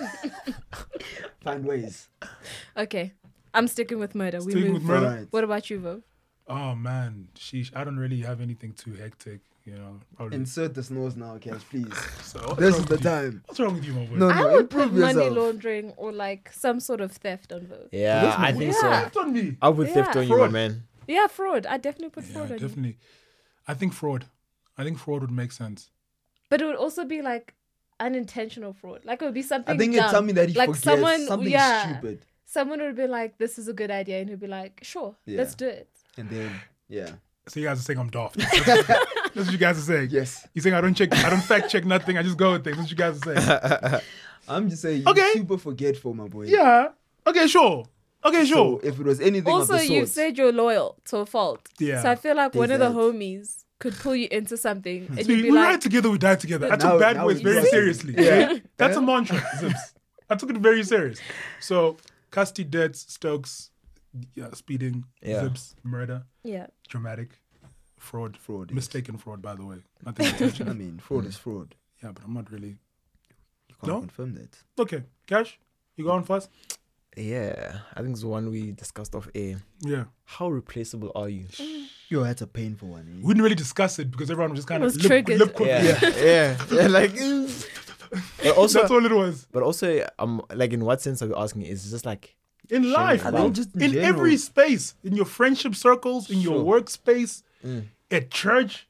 find ways.
Okay, I'm sticking with murder. we
Sticking
move.
with
All
murder.
right.
What about you, Vo?
Oh man, sheesh. I don't really have anything too hectic. you know, probably.
Insert the snores now, Cash, please.
<laughs> So what's
This
wrong
is the
with you?
time.
What's wrong with you, my boy?
No,
I
no,
would put
improve
money
yourself.
laundering or like some sort of theft on those.
Yeah, I think so.
Left on me.
I would theft
Yeah.
on you, my man.
Yeah, fraud. I definitely put
Yeah,
fraud on you.
definitely. I think fraud. I think fraud would make sense.
But it would also be like unintentional fraud. Like it would be something.
I think
dumb.
it's something that he
like
forgets.
someone,
something
yeah,
stupid.
Someone would be like, "This is a good idea," and he'd be like, "Sure, let's
Yeah.
do it."
And then, yeah.
So you guys are saying I'm
<laughs>
daft. That's what you guys are saying.
Yes.
You're saying I don't check, I don't fact check nothing. I just go with things. That's what you guys are
<laughs>
saying.
I'm just saying,
Okay.
you're super forgetful, my boy.
yeah. Okay, sure. Okay,
So
sure.
if it was anything
also,
of the
you
sort,
said you're loyal to a fault.
Yeah.
So I feel like one of the
Exact.
homies could pull you into something, and
See, we
you'd be
ride
like,
together, we die together. I
now-
took bad
now
boys
we
very
ride.
seriously.
Yeah.
That's a
Yeah.
mantra, Zips. I took it very serious. So, Casti, Dirt, Stokes, yeah, speeding,
Yeah.
Zips, murder,
"Yeah,
dramatic, fraud.
Fraud, yes. <laughs>
Mistaken fraud, by the way. Nothing intentional.
I mean, fraud is fraud.
yeah, but I'm not really.
You can't
No?
confirm that.
Okay, Cash, you go on first?
Yeah, I think it's the one we discussed off air.
Yeah.
How replaceable are you?
Yo, that's a painful one. eh?
We didn't really discuss it because everyone was just kind
was
of lip,
triggered.
lip quick.
<laughs> Yeah, yeah, yeah, like. <laughs> But also,
That's all it was.
but also, um, like, in what sense are we asking? Is just like,
In life,
I
bro.
think just in
in
general.
every space, in your friendship circles, in your
Sure.
workspace, at church.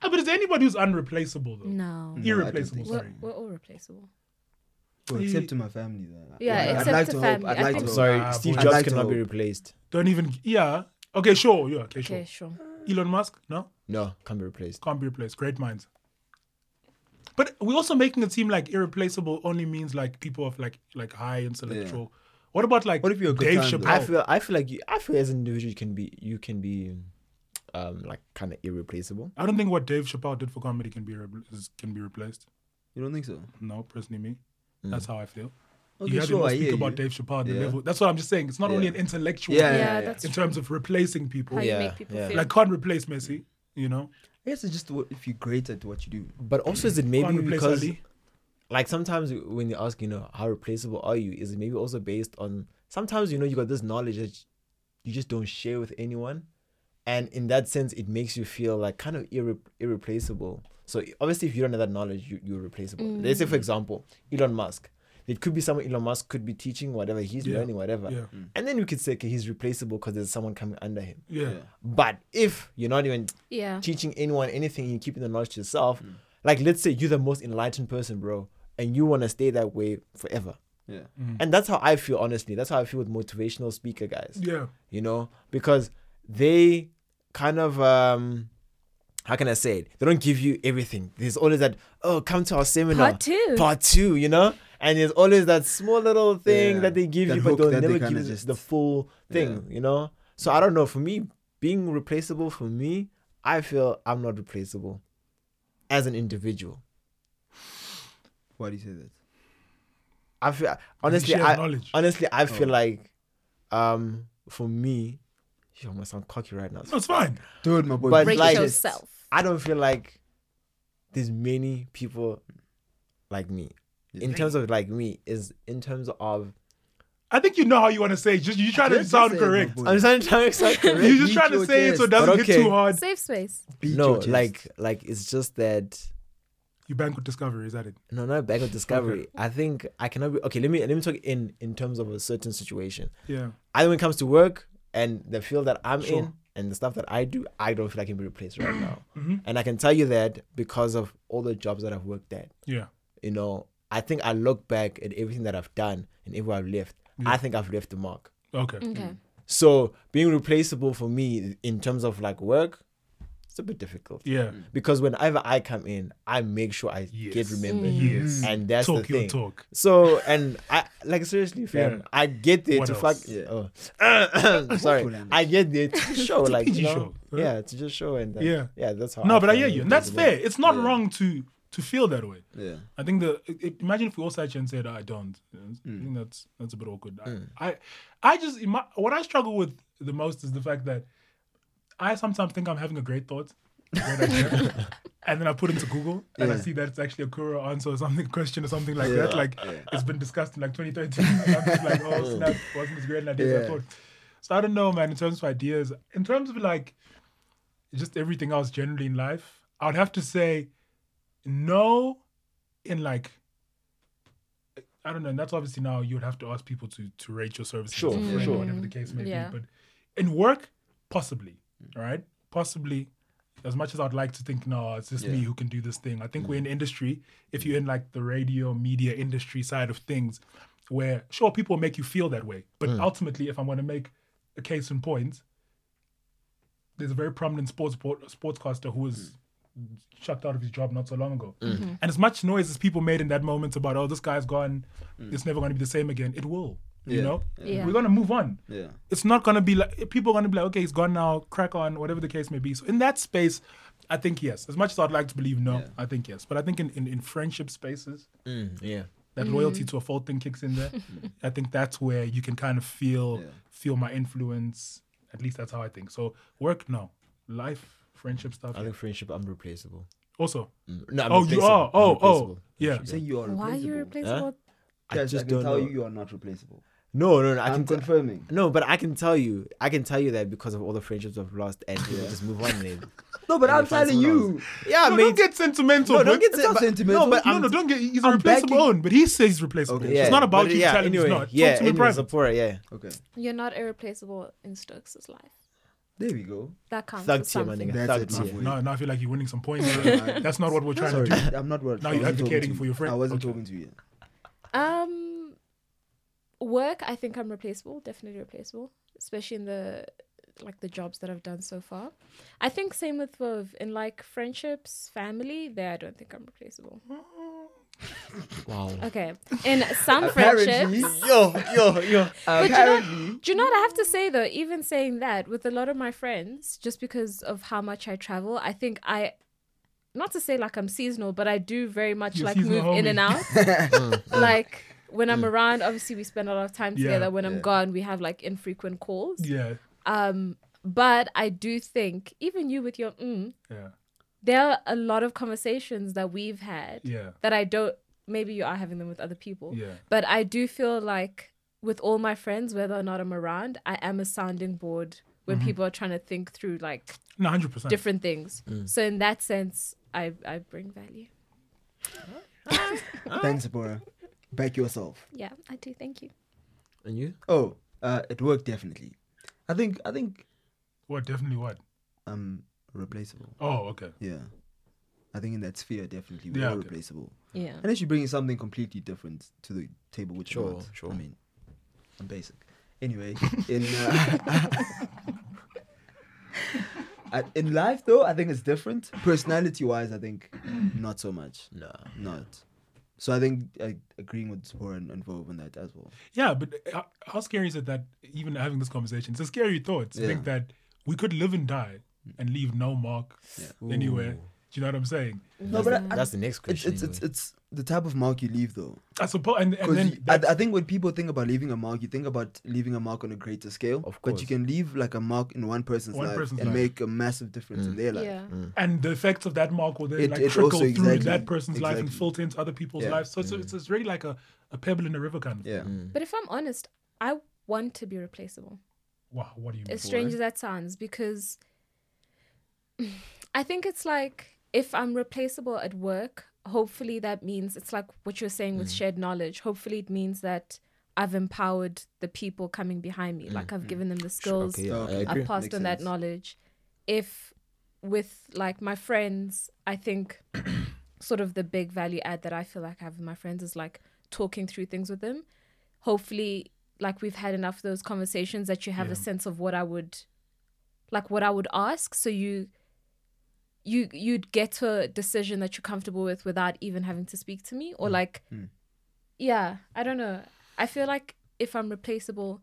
Ah, But is there anybody who's unreplaceable though?
no,
Mm.
Irreplaceable,
I don't think
we're,
sorry.
we're all replaceable."
Well, except to my family, though.
Yeah,
I'd
except
like
to
to Hope.
family. I
I'd like
think-
I'm
to hope.
sorry,
Nah,
Steve
boy.
Jobs
I'd like to
cannot be
know.
replaced.
Don't even yeah. Okay, sure, yeah, okay, sure.
Okay, sure.
Elon Musk, no?
No, can't be replaced.
Can't be replaced. Great minds. But we're also making it seem like irreplaceable only means like people of like like high intellectual. What about like
What if you're a good
Dave
time,
Chappelle?
though?
I feel, I feel like you, I feel as an individual, you can be, you can be, um, like kind of irreplaceable.
I don't think what Dave Chappelle did for comedy can be re- is- can be replaced.
You don't think so?
No, personally, me. That's how I feel.
Mm. Okay,
you heard
sure,
him
I
speak
hear
about
you.
Dave Chappelle. at The
Yeah.
level. That's what I'm just saying. It's not only
Yeah.
an intellectual
Yeah,
thing
Yeah,
yeah,
that's
in
true.
terms of replacing people.
How
Like
Yeah,
you make people
yeah.
feel?
Like can't replace Messi, you know.
I guess it's just what, if you're great at what you do.
But also, is it
Can't
maybe
replace
because
Ali.
like sometimes when you ask, you know, how replaceable are you? Is it maybe also based on sometimes you know you got this knowledge that you just don't share with anyone, and in that sense, it makes you feel like kind of irre- irreplaceable. So obviously, if you don't have that knowledge, you you're replaceable. Let's say, for example, Elon Musk. It could be someone Elon Musk could be teaching whatever he's
Yeah.
learning, whatever,
Yeah.
and then you could say okay, he's replaceable because there's someone coming under him.
Yeah.
Yeah.
But if you're not even
Yeah,
teaching anyone anything, you're keeping the knowledge to yourself. Like, let's say you're the most enlightened person, bro, and you want to stay that way forever.
Yeah.
Mm.
And that's how I feel, honestly. That's how I feel with motivational speaker guys,
Yeah.
you know, because they kind of, um, how can I say it? They don't give you everything. There's always that, oh, come to our seminar.
Part two.
Part two, you know? And there's always that small little thing
Yeah.
that they give
That
you,
hook
but they'll
that they
never
kinda
give you
just-
the full thing, you know? So I don't know. For me, being replaceable, for me, I feel I'm not replaceable as an individual.
Why do you say that?
I feel honestly,
shares
I
knowledge.
honestly I feel like, um, for me, yo, I'm gonna sound cocky right now.
No, it's fine.
Dude, my boy.
But
break
like-
yourself.
I don't feel like there's many people like me. In terms of like me, is in terms of
I think you know how you want to say. it. Just you try to
Just
sound
say it, my
correct.
boy.
I'm trying to trying to sound <laughs> correct.
You just
Beat
try to
your
say it so it
chest.
doesn't
But
get too
okay.
hard.
Safe space.
Beat
no,
your chest.
like like it's just that
You bank with discovery, is that it?
no, not back of discovery. I think I cannot be okay. Let me let me talk in in terms of a certain situation.
Yeah.
Either when it comes to work and the field that I'm
Sure.
in and the stuff that I do, I don't feel I can be replaced right now. And I can tell you that because of all the jobs that I've worked at.
Yeah.
You know, I think I look back at everything that I've done and everywhere I've left. I think I've left the mark.
Okay.
Okay.
So being replaceable for me in terms of like work, it's a bit difficult.
Yeah.
Because whenever I come in, I make sure I get
Yes.
remembered.
Yes.
And that's
talk
the
your
thing.
talk.
So and I like seriously, fam.
Yeah.
I get there
What
to
else?
fuck. <coughs> Oh. sorry,
language.
I
<laughs>
get there to show, like you
TG
know,
show, huh?
yeah, to just show and uh,
Yeah.
yeah, that's how.
No, but I
feel
hear you, and that's fair.
replaceable.
It's not wrong to to feel that way.
Yeah.
I think the it- it, imagine if we all sat here and said I don't. you know,
Hmm.
I think that's that's a bit awkward. I- I, I just in my- what I struggle with the most is the fact that I sometimes think I'm having a great thought, a great
<laughs>
idea, and then I put into Google and I
Yeah.
see that it's actually a Kura answer or something <laughs> question or something like that.
Yeah,
Like it's been discussed in like 2013. <laughs> And I'm just like oh snap, wasn't as great an idea as I
Yeah.
thought. So I don't know, man. In terms of ideas, in terms of like just everything else generally in life, I would have to say no in like I don't know, and that's obviously now you would have to ask people to to rate your services
Sure,
or friend or
sure.
whatever the case may
Yeah.
be. But in work, possibly. All right. Possibly as much as I'd like to think, no, it's just me
Yeah. Mm.
who can do this thing. I think we're in industry. If you're in like the radio media industry side of things, where sure people make you feel that way,
Mm.
but ultimately, if I'm going to make a case in point, there's a very prominent sports port, sportscaster who was chucked out of his job not so long ago,
Mm.
and as much noise as people made in that moment about oh this guy's gone, it's never going to be the same again. It will, you
Mm. Yeah.
know.
Yeah.
We're going to move on
Yeah.
it's not gonna be like people are gonna be like, okay, he's gone now, crack on, whatever the case may be. So in that space, I think yes. As much as I'd like to believe no,
Yeah.
I think yes. But I think in, in, in friendship spaces,
Mm, yeah.
that loyalty to a fault thing kicks
<laughs>
in there. I think that's where you can kind of feel
Yeah.
feel my influence. At least that's how I think. So work no. Life, friendship stuff.
I think friendship, I'm replaceable.
Also.
Mm, No, I'm
Oh, you
replaceable.
are.
I'm
Oh, oh,
replaceable.
yeah.
Friendship,
You say you are replaceable.
Why are you replaceable?
I
Guys, I
just
can
don't
tell
know.
you you are not replaceable.
No, no, no. I
I am
can tell
confirming.
no, but I can tell you, I can tell you that because of all the friendships I've lost, and people just move on.
<laughs>
Then,
No, but
And
I'm
you find
telling
someone
you.
yeah,
no,
mate.
don't get sentimental.
No, don't
but-
get
It's not
but-
sentimental.
No, but
no,
I'm,
no, don't get he's a
I'm
replaceable
backing-
own, but he says he's replaceable.
Okay,
it's
sure.
not about
but
you
yeah,
telling
anyway,
he's not.
Yeah,
Talk to me in
anyway,
private.
Zipporah, yeah.
Okay.
You're not irreplaceable in Stokes' life.
There we go.
<laughs>
That counts.
Thug
as
tier, my
something.
nigga.
That's
Thug
it, man.
tier.
Yeah.
No, now I feel like you're winning some
<laughs>
points.
Yeah.
That's not what we're trying
Sorry,
to do.
I'm not what
Now
I
you're
wasn't talking
advocating
to
for
you.
your friend.
I wasn't
Okay.
talking to you.
Um, work. I think I'm replaceable. Definitely replaceable, especially in the like the jobs that I've done so far. I think same with Vov. in like friendships, family. There, I don't think I'm replaceable.
Wow.
Okay, in some
Apparently,
friendships.
Yo, yo, yo.
But you know,
Apparently-
do you know what I have to say though? Even saying that, with a lot of my friends, just because of how much I travel, I think I, not to say like I'm seasonal, but I do very much
You're
like move
seasonal
in
homie.
and
<laughs>
out. like when I'm around, obviously we spend a lot of time
Yeah,
together. When I'm
yeah.
gone, we have like infrequent calls.
Yeah,
Um, but I do think even you with your mm,
yeah,
there are a lot of conversations that we've had
yeah,
that I don't. Maybe you are having them with other people.
yeah.
But I do feel like with all my friends, whether or not I'm around, I am a sounding board when people are trying to think through like
No, hundred percent.
different things. So in that sense, I I bring value.
Thanks, Bora. Back yourself.
Yeah, I do. Thank you.
And you?
Oh, uh, it worked definitely. I think I think
What? Definitely what?
I'm replaceable.
Oh, okay.
Yeah, I think in that sphere definitely we're
Yeah,
all
okay.
replaceable.
Yeah.
Unless you bring something completely different to the table, which
Sure,
you're not.
sure.
I mean, I'm basic. Anyway, in uh, <laughs> uh, in life though, I think it's different. Personality wise, I think not so much.
No.
Not. So I think uh, agreeing with Spora and, and Vov on that as well.
Yeah, but how, how scary is it that even having this conversation, it's a scary thought to
Yeah.
think that we could live and die and leave no mark anywhere. Do you know what I'm saying?
No, but I, I-
That's the next
it's
question.
it's, it's it's the type of mark you leave though.
I suppose, and, and
Because
then
I,
that's-
I think when people think about leaving a mark, you think about leaving a mark on a greater scale.
Of
But
course.
you can leave like a mark in one person's
One
life
person's
and
life.
make a massive difference
Mm.
in their life.
Yeah.
and the effects of that mark will then
It-
like
it
trickle
also-
through
exactly,
that person's life and
exactly.
filter into other people's
Yeah.
lives. So it's, it's, it's really like a, a pebble in a river kind of.
Yeah.
But if I'm honest, I want to be replaceable.
Wow, what do you mean?
As strange as that sounds, because <sighs> I think it's like if I'm replaceable at work, hopefully that means it's like what you're saying
Mm.
with shared knowledge. Hopefully it means that I've empowered the people coming behind me. Like I've given them the skills.
Mm-hmm. Okay,
Okay.
yeah, I
Up-
agree.
I've passed
Makes
on that
sense.
knowledge. If with like my friends, I think <clears throat> sort of the big value add that I feel like I have with my friends is like talking through things with them. Hopefully, like we've had enough of those conversations that you have a sense of what I would like what I would ask. So you you you'd get to a decision that you're comfortable with without even having to speak to me. Or like yeah, I don't know. I feel like if I'm replaceable,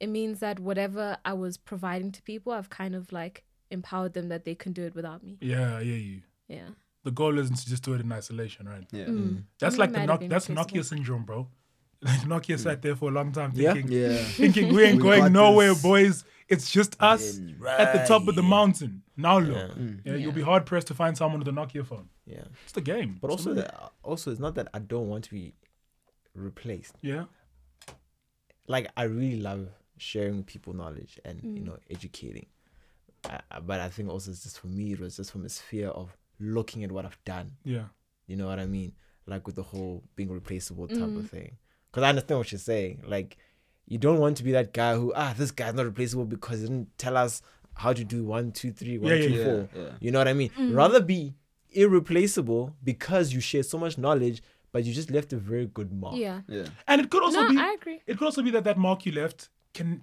it means that whatever I was providing to people, I've kind of like empowered them that they can do it without me.
Yeah, yeah, you.
Yeah.
The goal isn't to just do it in isolation, right?
Yeah.
Mm.
That's
I'm
like
mad
the
at
Nok-
being
that's
replaceable.
Nokia syndrome, bro. <laughs> Like Nokia sat there for a long time
Hmm. Yeah.
thinking,
<laughs>
<laughs>
Yeah.
thinking
<laughs>
we ain't
We got
going nowhere,
this.
boys. It's just us at the top of the
Right.
mountain. Now look,
Yeah.
Yeah, you'll be hard pressed to find someone with a Nokia phone.
Yeah.
It's the game.
But
It's
also,
the-
that, also, it's not that I don't want to be replaced.
yeah,
Mm.
Like I really love sharing with people knowledge and you know educating. I, I- but I think also it's just for me, it was just from a sphere of looking at what I've done.
Yeah.
You know what I mean? Like with the whole being replaceable type of thing. Because I understand what you're saying. Like, you don't want to be that guy who ah this guy's not replaceable because he didn't tell us how to do one, two, three, one, two,
Yeah,
four.
yeah,
yeah, yeah.
You know what I mean? Rather be irreplaceable because you share so much knowledge, but you just left a very good mark.
Yeah.
Yeah.
And it could also
No,
be
I agree.
it could also be that that mark you left can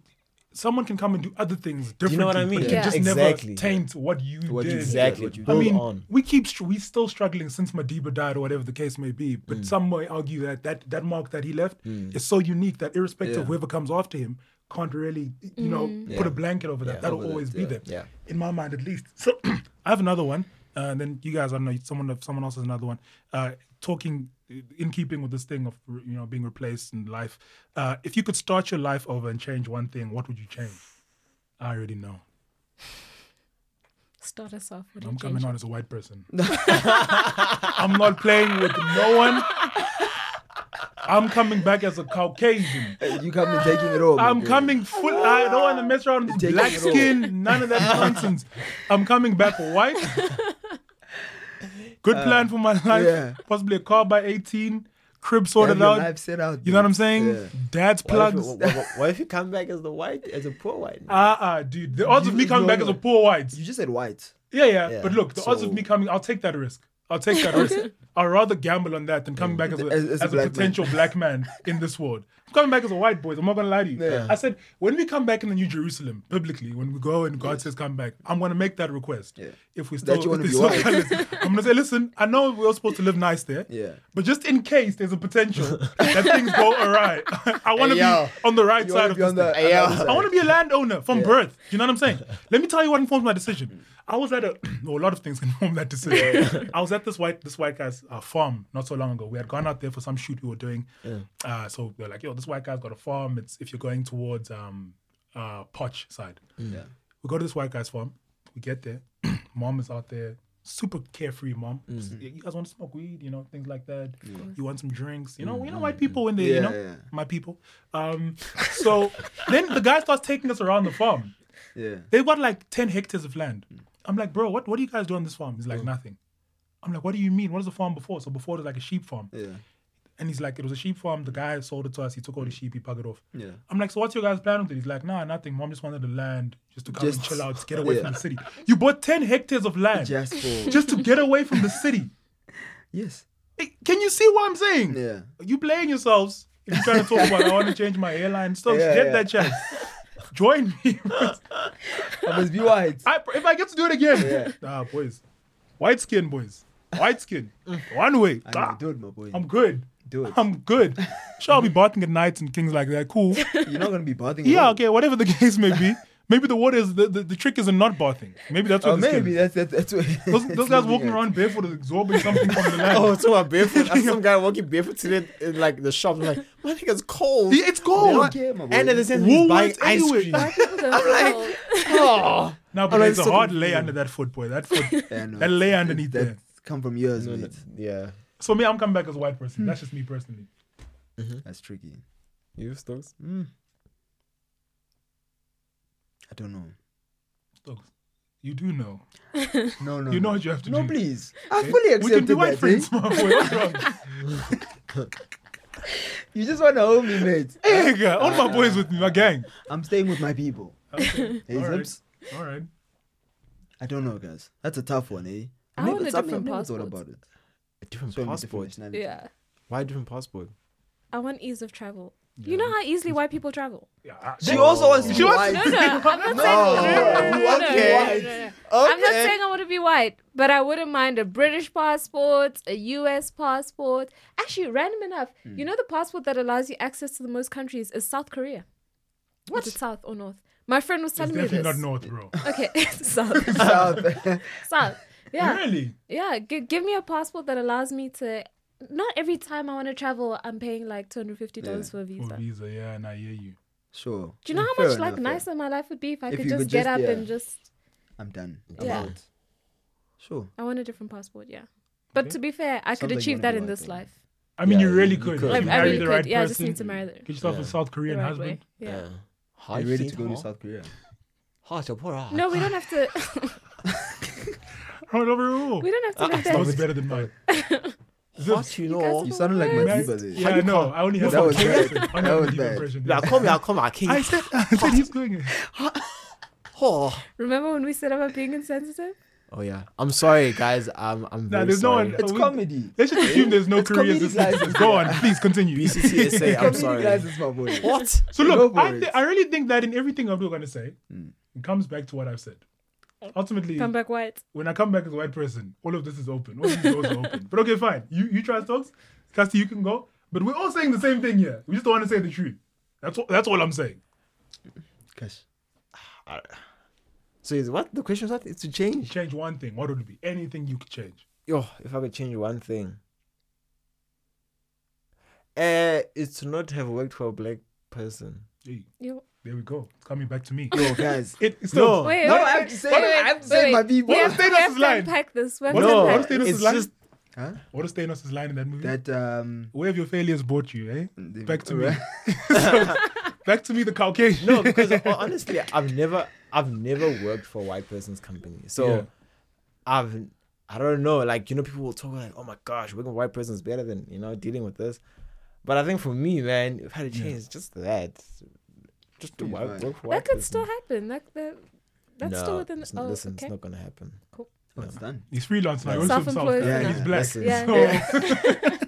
someone can come and do other things differently.
you know what I
but
mean?
Can
Yeah.
just
Exactly.
never taint what you
What you
did.
did.
Exactly.
What you
I
Build
mean,
on.
we keep str- we still struggling since Madiba died or whatever the case may be. But some might argue that that, that mark that he left is so unique that irrespective of
Yeah.
whoever comes after him can't really you know put
Yeah.
a blanket over that.
Yeah,
That'll
over that,
always be
yeah,
there.
yeah.
In my mind, at least. So <clears throat> I have another one, uh, and then you guys, I don't know, someone if someone else has another one. Uh, talking in keeping with this thing of you know being replaced in life. Uh, if you could start your life over and change one thing, what would you change? I already know.
Start us off. What do
I'm
you
coming
change?
on as a white person. I'm not playing with no one. I'm coming back as a Caucasian.
Hey, You come and taking it all. my
I'm
girl.
coming full. I don't want to mess around with
Taking
black
it all.
skin. None
<laughs>
of that nonsense. I'm coming back white. Good plan for my life.
Uh, yeah.
Possibly a car by 18. Crib
Have
sorted
your
out.
life set out.
You know what
dude.
I'm saying?
Yeah.
Dad's
What if,
plugs.
you- wha- wha- what if you come back as the white, as a poor white?
<laughs>
man?
Ah, ah, dude. The odds of
You-
me coming
no,
back
no.
as a poor white.
You just said white.
Yeah, yeah,
Yeah,
But look, the odds of
so-
me coming, I'll take that risk. I'll take that risk. I'd rather gamble on that than coming back as a,
As-
as,
as a
a,
black man.
potential black man in this world. I'm coming back as a white boy. I'm not gonna lie to you.
Yeah.
I said when we come back in the New Jerusalem publicly, when we go and God says come back, I'm gonna make that request.
Yeah.
If we
That
still,
you wanna
if
be
there's
white.
colours. I'm gonna say, listen, I know we're all supposed to live nice there.
Yeah.
But just in case there's a
<laughs>
potential that things go awry, <laughs> I want to
Hey, yo.
be on the right
You
side
wanna
of
be on
this thing.
the-
Hey, yo.
on the other
I want
side.
to be a landowner from birth. You know what I'm saying? Let me tell you what informs my decision. I was at a <clears throat> well, a lot of things <laughs> inform that decision. I was at this white this white guy's uh, farm not so long ago. We had gone out there for some shoot we were doing. Uh, so they're like, yo, this white guy's got a farm. It's if you're going towards um uh Poch side.
Mm.
Yeah.
We go to this white guy's farm. We get there. <clears throat> mom is out there, super carefree mom.
Mm-hmm.
You guys want to smoke weed, you know, things like that. You want some drinks, you know, you know, white people when they,
Mm-hmm. Yeah,
you know,
yeah.
my people. Um, so <laughs> then the guy starts taking us around the farm.
Yeah.
They've got like 10 hectares of land.
Mm.
I'm like, bro, what, what do you guys do on this farm? He's like, nothing. I'm like, what do you mean? What is a farm before? So before it was like a sheep farm.
Yeah.
And he's like, it was a sheep farm. The guy sold it to us. He took all the sheep. He packed it off.
Yeah.
<laughs> I'm like, so what's your guys' plan with it? He's like, nah, nothing. Mom just wanted the land just to come and
Just-
chill out, get away
Yeah.
from the city. You bought 10 hectares of land just,
Just for
to get away from the
<laughs>
city.
yes.
Hey, Can you see what I'm saying?
Yeah.
You playing yourselves. If you're trying to talk about, I want to change my hairline. Stop,
Yeah,
get
yeah.
that chance. Join
<laughs>
me.
I must be white.
I, if I get to do it again. Ah, boys. White skin, boys. White skin. One way.
Mm. I
Ah,
know, do it, my boy.
I'm good.
do it.
I'm good. Sure, I'll be barking at nights and things like that. Cool.
You're not gonna be
<laughs>
bothering.
Yeah, okay, whatever the case may be. Maybe the water is the, the, the trick is in not bathing. Maybe that's what
Oh,
this kid
maybe
is.
that's that's, that's what.
Those,
that's <laughs>
those guys
looking
walking
at.
around barefoot is absorbing something
<laughs>
from the land.
Oh, so I'm barefoot. I saw some guy walking barefoot today in like the shop. I'm like, my nigga's cold.
Yeah, it's
They don't
cold.
care, my boy.
Oh, And at the same time, he's
Woolworths
buying ice
anyway.
cream.
Why people go cold?
<laughs> Oh.
No,
Oh,
but
no,
there's
it's
a
so
hard
confusing.
lay under that foot, boy. That foot,
<laughs> Yeah, no,
that lay underneath
that
there.
come from years,
No, no,
mate.
yeah.
So me, I'm coming back as a white person. That's just me personally.
That's tricky.
You Stokes?
Mm. I don't know.
Look, you do know.
No, no.
You know
no.
what you have to
Hmm. no,
do.
please. I fully
We can
accept
be white
that. eh?
friends, <laughs> my boy. What's wrong?
You just want to hold me, mate.
Hey, girl, all my boys with me, my gang.
I'm staying with my people. <laughs>
Okay.
Hey,
All right.
Zips.
All right.
I don't know, guys. That's a tough one, eh?
I
never-
want a
something I've
different
never thought
passport.
about it.
A different
So many different
passport.
nationalities.
<laughs> Yeah.
Why a different passport?
I want ease of travel. You know how easily white people travel.
Yeah, I-
She also wants to
Oh. She
be
wants-
white.
No, no, I'm not
No,
saying. No, no, no,
you
no,
want
no,
to be
no, no,
white.
no, no. I'm not saying I want to be white, but I wouldn't mind a British passport, a US passport. Actually, random enough,
Hmm.
you know the passport that allows you access to the most countries is South Korea. What? Is it south or north? My friend was
It's
telling me
definitely
this.
not north, bro.
Okay, <laughs> south,
<laughs>
South. <laughs>
south. Yeah,
Really?
yeah. G- give me a passport that allows me to. Not every time I want to travel, I'm paying like two hundred fifty dollars
Yeah.
for a visa.
For Oh, visa, yeah, and I hear you.
sure.
Do you know how
Fair
much like
enough, yeah.
nicer my life would be if I
If
could
you
just
could
get
just-
up
yeah.
and just
I'm done. I'm
Yeah.
out. Sure.
I want a different passport, yeah. But
Okay.
to be fair,
Sounds
I
like
could
you
achieve
wanna
that
be
in
white
this
then.
life.
I mean,
Yeah,
you really
you
could. If
could.
I,
you
I
I
marry
really
the
could.
right
yeah, I just
person,
need to marry the,
Get yourself
Yeah.
a South
the
Korean
right
husband.
way. Yeah.
Hard
Are you ready
feet,
to go
huh?
to South Korea?
heart, your poor heart.
No, we don't have to. <laughs>
Right over rule.
we
<laughs>
don't have to
That
let
was
that.
better than mine.
Heart, you know.
guys
You
will-
sounded like
Man,
Madiba there.
yeah, no, I only have
That
one
was bad.
impression. I only
That
have
was
one
bad.
impression,
Like,
yeah.
come here, come here,
I
king.
said, I said he's doing it.
Oh.
Remember when we said about being insensitive?
Oh yeah. I'm sorry, guys. I'm I'm
Nah,
very
there's no
sorry.
one-
It's
we-
comedy.
They should assume there's no
It's
careers.
comedic
as
license,
listeners. Go on, please continue. <laughs>
BCCSA, I'm
Comedy
sorry.
guys is my boy.
<laughs> What?
So
Go
look,
for
I,
it.
thi- I really think that in everything I'm going to say, it comes back to what I've said. Ultimately,
Come back white.
when I come back as a white person, all of this is open. All of these doors are open. But okay, fine. You you try stocks, Casti, you can go. But we're all saying the same thing here. We just don't want to say the truth. That's all, that's all I'm saying.
Gosh.
So is what the question is what? It's to change.
Change one thing. What would it be? Anything you could change.
Yo, if I could change one thing. Uh it's to not have worked for a black person.
Hey,
You.
there we go. It's coming back to me.
Yo, guys.
It, it's still,
No.
Wait,
Oh. No,
wait,
I have
wait,
to say-
wait, wait,
I have to say
wait,
my
wait.
people.
We
What
have,
if they
we
lost
have
his
to
line?
unpack this. We have
What
to
if-
No,
what
unpack
if they don't
it's
lie?
just
Huh?
What is Thanos' line in that movie?
That, um.
Where have your failures brought you, eh?
the-
Back
<laughs>
to me. <laughs> Back to me, the Caucasian.
no because ho- honestly, I've never I've never worked for a white person's company. So
Yeah.
I've I don't know. Like you know, people will talk like, "Oh my gosh, working with a white person is better than you know dealing with this." But I think for me, man, if I had a change, it's just that, just to
Be
work,
fine.
work for
That
white
could
person.
still happen. That, that, that's still
No,
within.
it's-
oh,
listen,
okay.
it's not gonna happen.
Oh, it's done.
He's freelance now. He works for himself.
Self-employed
Yeah,
He's
yeah.
black.
Listen.
Yeah.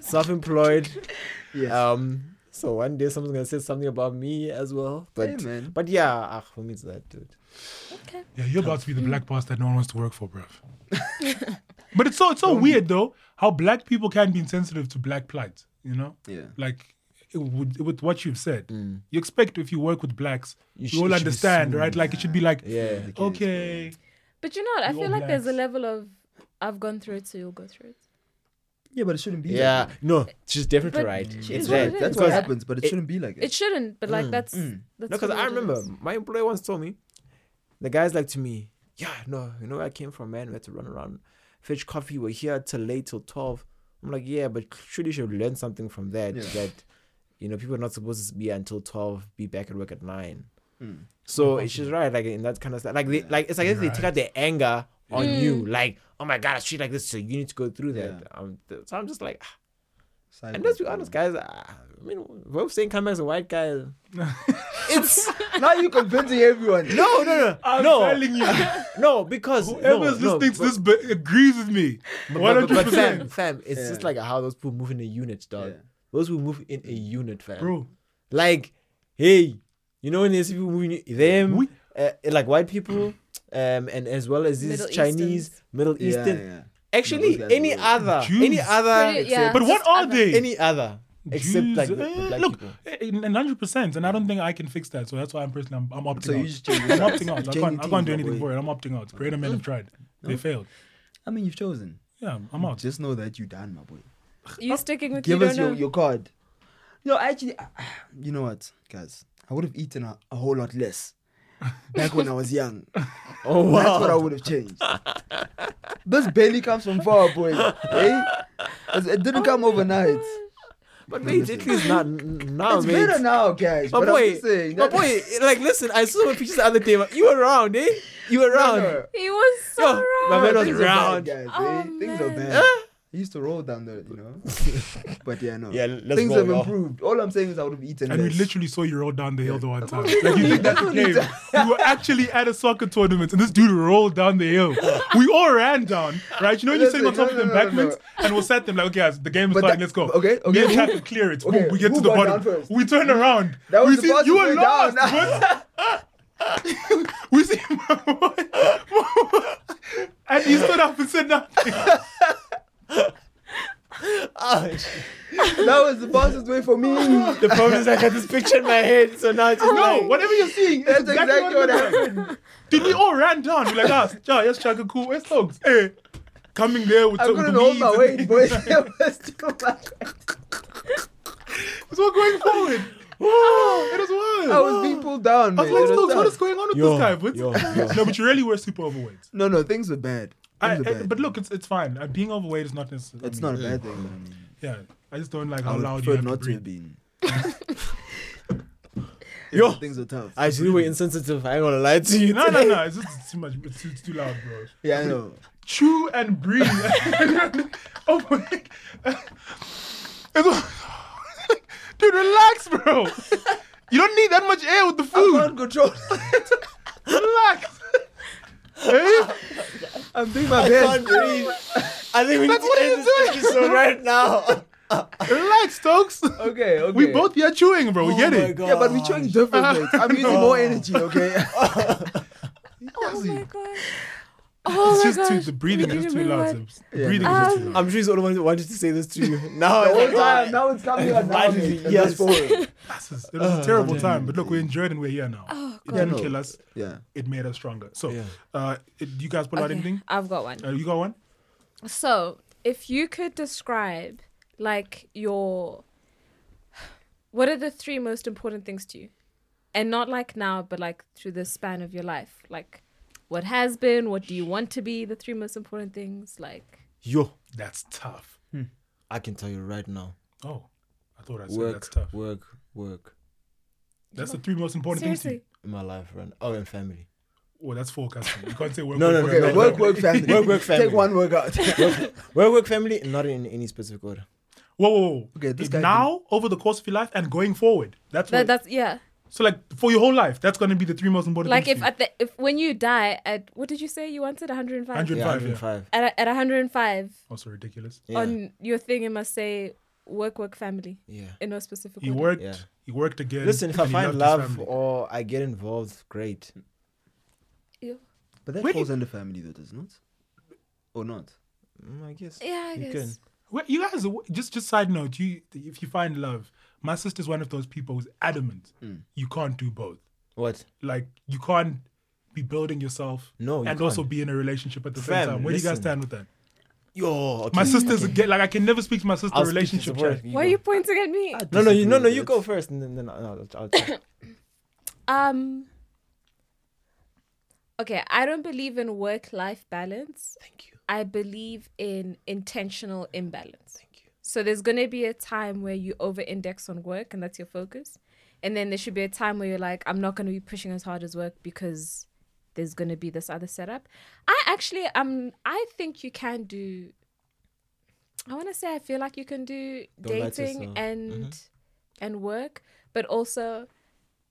So
Self-employed.
Yes.
Um. So one day someone's gonna say something about me as well. But
Hey, man.
but yeah, ah, for me it's that dude.
Okay.
yeah, you're about to be the black boss that no one wants to work for,
<laughs>
bruv. but it's so it's so weird though how black people can be insensitive to black plight. You know,
Yeah.
like it would, with what you've said, Mm. you expect if you work with blacks,
Mm. You
you,
should-
all
it should be
understand,
smooth.
right? Like it should be like,
Yeah.
The kids,
okay,
But you know what? I
You're
feel like there's a
blacks.
level of I've gone through it, so you'll go through it.
Yeah, but it shouldn't be.
Yeah. No, she's definitely
But
right.
it's
It's
what it
that.
is.
That's
That's
what
Because-
happens, but it,
it-
shouldn't be like that.
It shouldn't, but like that's that's
No, because
the way
I
it
remember
is.
my employer once told me, the guy's like to me, yeah, no, you know where I came from, man. We had to run around, fetch coffee. We're here till late, till twelve. I'm like, yeah, but surely you should learn something from that.
Yeah.
That you know people are not supposed to be until twelve, be back at work at nine. So it's she's right, like in that kind of stuff. Like they, like it's like if they take out their anger on you,
Hmm.
like oh my god, I treat like this, so you need to go through that. Um, th- so I'm just like, ah. and let's be honest, guys. ah, I mean, we're both saying come as a
<laughs>
white guy. it's
now you're convincing everyone.
no, no, no.
I'm
no,
telling
<laughs>
you,
no, because
whoever's
no, no,
listening to this but agrees with me.
but-
One
but-
hundred
but fam,
percent,
fam, it's just
Yeah.
like how those people move in a unit, dog.
Yeah.
Those who move in a unit, fam.
bro.
Like, hey, you know when there's people moving them,
We-
uh, like white people, um, and as well as these
Middle
Chinese,
Easterns.
Middle
Yeah,
Eastern.
yeah.
Actually,
Those guys
any
are-
other,
Jews.
any other,
Pretty- yeah.
But what
Just
are
other-
they?
any other, except
Jews,
like the, the
eh,
black
look,
people.
hundred percent, and I don't think I can fix that. So that's why I'm personally I'm, I'm opting
So
out.
you just
<laughs>
change
I'm
your side.
opting out. I
Change
can't, I
your
can't do
team,
anything
boy.
for it. I'm opting out. Greater men have tried. They failed.
I mean, you've chosen.
Yeah, I'm out.
Just know that you're done, my boy.
you sticking with
Give
you
us
don't
your,
know.
your card. No, actually, I- <sighs> you know what, guys? I would have eaten a, a whole lot <laughs> less back when I was young.
Oh wow,
That's what I would have changed. this barely comes from far, <laughs> boy. Eh? It it didn't come overnight.
but wait, at least not now,
it's
mate.
better now, guys.
My
but I'm
boy,
just saying
my
that-
boy, like listen, I saw my pictures the other day. but You were around, eh? You were
No,
around.
no.
He was so
Yo, my
wrong.
man was
things
round.
Are bad, guys,
Oh,
eh? Things are
man.
bad. I used to roll down there, you know.
<laughs>
but yeah, no.
Yeah, let's
Things
roll,
have
yo.
improved. All I'm saying is I would have eaten.
And we
less.
literally saw you roll down the hill the one time. Like you think that's a
That's what he
game? We were actually at a soccer tournament, and this dude rolled down the hill. We all ran down, right? You know, when you're sitting on top
Listen,
of the
no, no, no,
embankments, and we'll set them like, okay, guys, the game is
But
starting.
that-
let's go.
okay,
We
okay,
have
who-
tried to clear it.
okay,
Boom, we get
who
to the
got
bottom.
down first?
We turn around.
<laughs> That was
we
the
see
fastest
you were
way <laughs>
last.
down.
but- <laughs> we see <laughs> my boy- and he stood up and said nothing.
Ouch.
that was the fastest way
<laughs>
for me.
The problem is I got this picture in my head, so now it's just
No,
like,
whatever you're seeing,
That's
is
exactly what
it is.
happened.
Did we all ran down? We're like, ah, yeah, yes, Chaka, cool, where's Stokes? Hey, coming there with
I
some
couldn't hold my
weeds <laughs>
weight,
and-
boy. <laughs> It
It's
was too much.
all going
<laughs>
forward. Wow, it was wild.
Ah, I was being pulled down.
I was like,
man. It was
Stokes, what
tough.
is going on with
Yo,
this guy? But,
yo, yo.
<laughs> no, but you really were super overweight.
No, no, things were bad.
I,
Things were
I-
bad.
but look, it's it's fine. Uh, being overweight is not necessarily.
it's not a bad thing. but I mean,
Yeah, I just don't like
I
how
would
loud
prefer
you have
not
to
to
<laughs>
have
breathe.
been.
Yo.
things were tough.
<laughs> I actually were insensitive. I ain't gonna lie
<laughs>
to you.
No, no, no. It's just too much. It's too, it's too loud, bro.
yeah, I know.
Chew and breathe. <laughs> oh my. <laughs> It's- <laughs> Dude, relax, bro. You don't need that much air with the
I'm
food.
control.
<laughs>
Relax. Eh?
I'm doing my
<laughs> I
best.
can't breathe. I think we need
That's
to
what
end
you're
this episode right <laughs> now.
Relax, Stokes.
<laughs> Okay, okay.
We both here chewing, bro. We
Oh
get
my
it.
gosh.
Yeah, but we're showing different ways. I'm using more energy, <laughs> okay?
Oh my god. Oh
it's
my
just
gosh.
too, the breathing
Did
is
you
just too
remember
loud.
what-
Sips. The breathing is just too loud.
I'm sure he's the only one who wanted to say this to <laughs> you. Now
The
it's
whole
like,
time, Oh, now it's coming out. Now
Finally,
it's-
yes.
forward.
That's just- it
Oh,
was a terrible time, but look, we enjoyed and we're here now. it
God.
didn't
Yeah, no.
kill us.
Yeah.
It made us stronger. So,
Yeah.
uh, it- do you guys pull out
Okay,
anything?
I've got one.
Uh, you got one?
So, if you could describe like your what are the three most important things to you? And not like now, but like through the span of your life. Like what has been, what do you want to be, the three most important things like
yo,
That's tough.
I can tell you right now.
Oh, I thought I said that's
Work,
tough.
work, work
That's the three most important things.
Seriously.
in my life, right? Oh, and family.
To you. Oh, that's forecasting. You can't say work.
<laughs> No, no,
work,
<laughs>
no,
Okay,
work,
no,
work, work, family.
Work, work, family.
Take one workout.
Work, work, family, and not in any specific order.
Whoa, whoa, whoa.
Okay, this
It-
guy
now over the course of your life and going forward. That's
that,
what,
that's yeah.
so like for your whole life. That's going to be the three most important.
Like
things
if
to you.
at the if when you die at what did you say you wanted 105?
100.
Yeah,
Five,
105.
At at 105
also Oh, ridiculous.
Yeah.
on your thing it must say work work family
yeah.
in no specific
He
order.
worked.
Yeah.
He worked again.
Listen, if I
and he
find
loved his
love
family.
or I get involved, great.
<laughs> But that
Where do
falls under family, though, does it not? Or not?
Mm, I guess.
Yeah, I
You
guess.
Well, you guys, are- just just side note, you if you find love, my sister's one of those people who's adamant
Hmm.
you can't do both.
What?
Like you can't be building yourself
No, you
and also
can't.
be in a relationship at the
Fam,
same time. Where do you guys
listen.
stand with that?
Yo, okay.
My sister's a get like I can never speak to my sister
I'll speak to
relationship.
support.
chat.
Why are
go.
you pointing at me?
No, no, you, no, no.
disagree
You
with
go
it.
first, and then, then I'll. I'll,
<coughs>
I'll
Um. Okay, I don't believe in work-life balance.
thank you.
I believe in intentional imbalance.
Thank you.
So there's going to be a time where you over-index on work and that's your focus. And then there should be a time where you're like, I'm not going to be pushing as hard as work because there's going to be this other setup. I actually um I think you can do I want to say I feel like you can do
Don't lie to
dating
yourself. Mm-hmm.
and and work, but also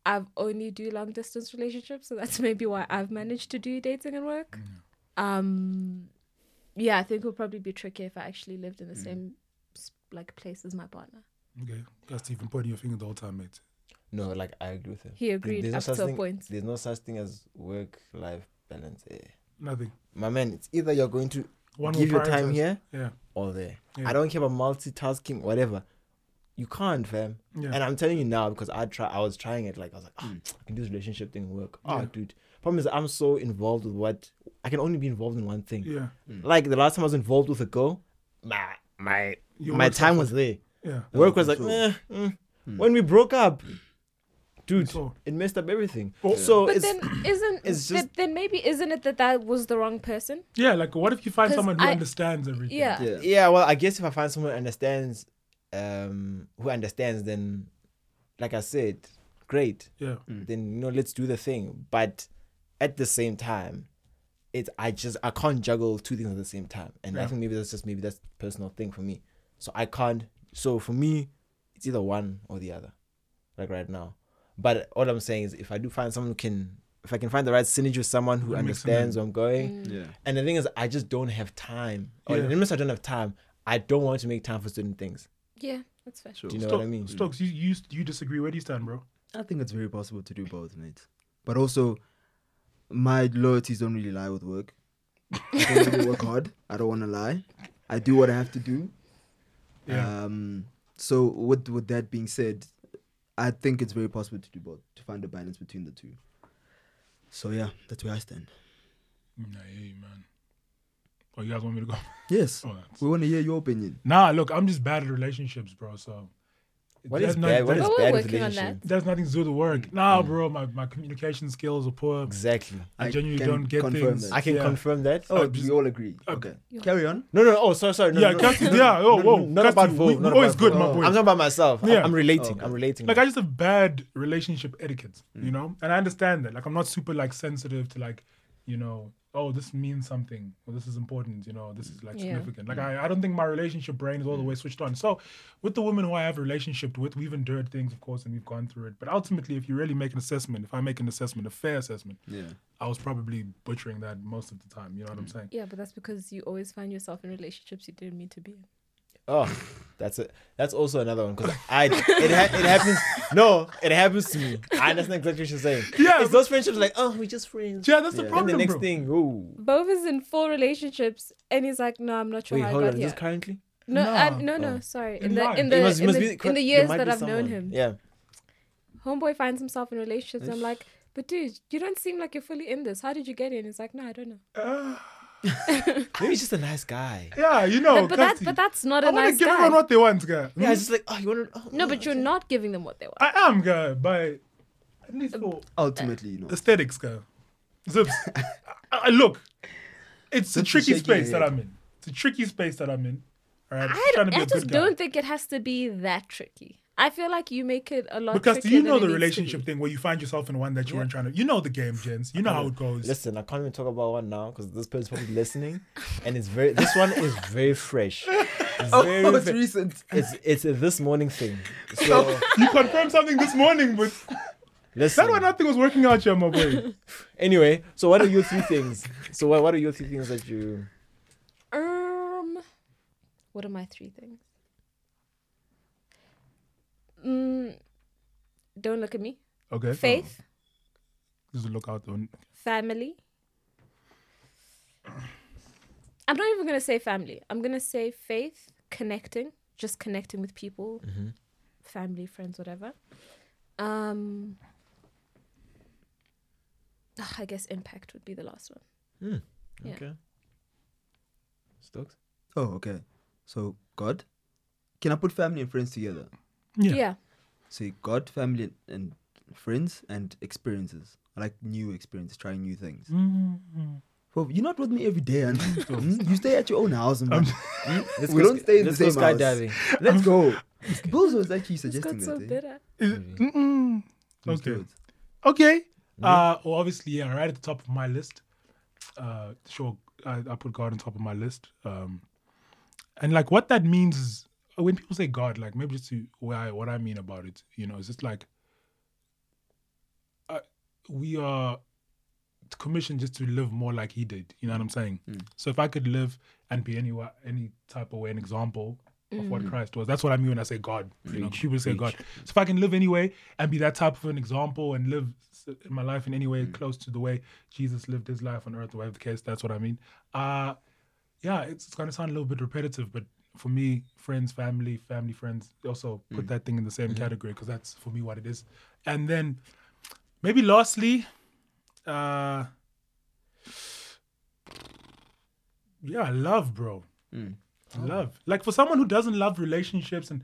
I've only do long distance relationships, so that's <laughs> maybe why I've managed to do dating and work.
Mm.
Um, yeah, I think it would probably be tricky if I actually lived
Mm.
in the same s- like place as my partner.
Okay, that's Stephen pointing your finger the whole time, mate.
No, like I agree with him.
He agreed
There's no
up
such
to a
thing-
point.
There's no such thing as work-life balance. Eh.
Nothing.
My man, it's either you're going to
One will
give your time
prioritize.
here
Yeah,
or there.
Yeah.
I don't care about multitasking, whatever. You can't, fam.
yeah. Mm.
And I'm telling you now because I try. I was trying it. Like I was like, ah, I can do this relationship thing work. Oh,
Yeah.
dude. Problem is, I'm so involved with what I can only be involved in one thing.
yeah,
Mm.
Like the last time I was involved with a girl, my my
Your
my
work
time was there.
yeah.
Work was like,
control.
eh, mm.
Hmm.
when we broke up, dude,
So-
it messed up everything.
Oh.
So
But
it's
then
<coughs>
isn't
it's
th-
just-
then maybe isn't it that that was the wrong person?
Yeah, like what if you find
'Cause
someone who
I-
understands everything?
Yeah.
Yeah.
yeah. Well, I guess if I find someone who understands, um, who understands, then, like I said, great.
Yeah.
Then you know, let's do the thing. But at the same time, it's I just I can't juggle two things at the same time, and I
Yeah.
think maybe that's just maybe that's a personal thing for me. So I can't. So for me, it's either one or the other, like right now. But all I'm saying is, if I do find someone who can, if I can find the right synergy with someone who
Who makes them
understands where I'm going,
Yeah.
and the thing is, I just don't have time. Or
Yeah.
the minute I don't have time, I don't want to make time for certain things.
Yeah, that's fair.
Sure.
Do you know
Sto-
what I mean?
Stokes, you, you you disagree? Where do you stand, bro?
I think it's very possible to do both, mate. But also, my loyalties don't really lie with work. I don't really work hard. I don't want to lie. I do what I have to do.
Yeah.
Um, so with with that being said, I think it's very possible to do both to find a balance between the two. So yeah, that's where I stand.
Nah, hey, man. Oh, you guys want me to go? <laughs>
Yes,
Oh, that's-
we want to hear your opinion.
Nah, look, I'm just bad at relationships, bro. So
What
There's
is
no-
bad? What
there-
is
But we're
bad with
working on
relationship?
That has nothing to do with the
Mm.
work. Nah, bro, my, my communication skills are poor.
Exactly.
I
I
genuinely
can
don't get
confirm
things.
that.
I can
Yeah.
confirm that.
Oh,
I just-
we all agree.
Okay.
Okay.
You-
Carry on.
No, no, no. Oh, sorry, sorry. No,
yeah,
no, no.
Kati, yeah, oh,
No,
whoa.
no, Not
Kati,
about
we-
Vogue.
we
not
always
about
good,
Vogue.
my boy.
I'm talking about myself. I-
Yeah.
I'm relating. Oh, I'm okay. relating.
like I just have bad relationship etiquette,
Mm.
you know, and I understand that. Like I'm not super like sensitive to like, you know, oh this means something or this is important, you know, this is like
Yeah.
significant.
Mm.
Like I, I don't think my relationship brain is all the way switched on. So with the women who I have relationship with, we've endured things, of course, and we've gone through it. But ultimately, if you really make an assessment, if I make an assessment, a fair assessment,
Yeah.
I was probably butchering that most of the time. You know what I'm saying?
Yeah, but that's because you always find yourself in relationships you didn't mean to be in.
Oh, that's it. That's also another one because I it ha- it happens. No, it happens to me. I understand exactly what you're saying.
Yeah,
it's those friendships like oh we just friends.
Yeah, that's the
Yeah.
And
problem,
the next
bro.
thing, oh
Bove is in four relationships, and he's like, "No, I'm not sure
wait,
how
hold
I
on,
got
is
here."
this currently?
no, uh,
Nah.
no, no,
Oh.
sorry.
In
In the
line.
in
It
the
It must-
in
must
the,
be
in the
there
years
might
that
be
I've known
someone.
him,
Yeah,
homeboy finds himself in relationships. I'm like, but dude, you don't seem like you're fully in this. How did you get in? He's like, no, I don't know.
Ah,
maybe he's just a nice guy.
yeah, you know,
Oh,
but, but that's
Kati,
but that's not a
I want
nice
to give
guy.
everyone what they want, guy.
Yeah, it's just like oh you want to. Oh,
no, but you're not giving them what they want.
I am, guy, but at
Uh,
least for
Ultimately, you know.
aesthetics, guy.
<laughs>
Zips. I, I- look, it's a
Zips is
tricky
shaking her
space that
head.
I'm in. It's a tricky space that I'm in. All right,
I,
trying to
don't,
be
I
a
just
good guy.
don't think it has to be that tricky. I feel like you make it a lot.
because do
trickier
you
than
know
it
the
needs to be.
relationship thing where you find yourself in one that you weren't trying to? You know the game, gents. You know how it goes.
Listen, I can't even talk about one now because this person's probably listening, and it's very. This one is very fresh. It's
<laughs> <laughs>
very
Oh, it's
fre-
recent.
It's it's a this morning thing. So
you confirmed something this morning,
<laughs>
but
listen.
that one I think was working out here, my
<laughs>
boy.
Anyway, so what are your three things? So what, what are your three things that you?
Um, what are my three things? Mm, don't look at me.
Okay.
Faith,
Just look out on.
family. I'm not even gonna say family. I'm gonna say faith, connecting, just connecting with people, family, friends, whatever. Um, ah, I guess impact would be the last one. Yeah.
Okay. Stokes.
Oh, okay. So God, can I put family and friends together?
Yeah.
Yeah,
Say God, family, and, and friends, and experiences. I like new experiences, trying new things.
Mm.
Well, you're not with me every day, and <laughs> you stay at your own house. And
Let's
We don't
sk-
stay in the
let's
same
go
house.
skydiving.
let's go. Bulls was actually
it's
suggesting
got so
that. eh?
bitter.
Is- mm-mm.
Let's do
Okay.
it.
Okay. Uh, well, obviously, yeah, right at the top of my list. Uh, sure, I, I put God on top of my list. Um, and like what that means is uh, when people say God, like maybe just to what I, what I mean about it, you know, it's just like uh, we are commissioned just to live more like He did. You know what I'm saying? So if I could live and be anywhere, any type of way, an example of what Christ was, that's what I mean when I say God. you know, people say God. So if I can live anyway and be that type of an example and live s- my life in any way close to the way Jesus lived his life on earth, or whatever the case, that's what I mean. Uh, yeah, it's, it's going to sound a little bit repetitive, but for me, friends, family, family, friends, also put that thing in the same category because that's for me what it is. And then maybe lastly, uh, yeah, love, bro. Love. Like for someone who doesn't love relationships and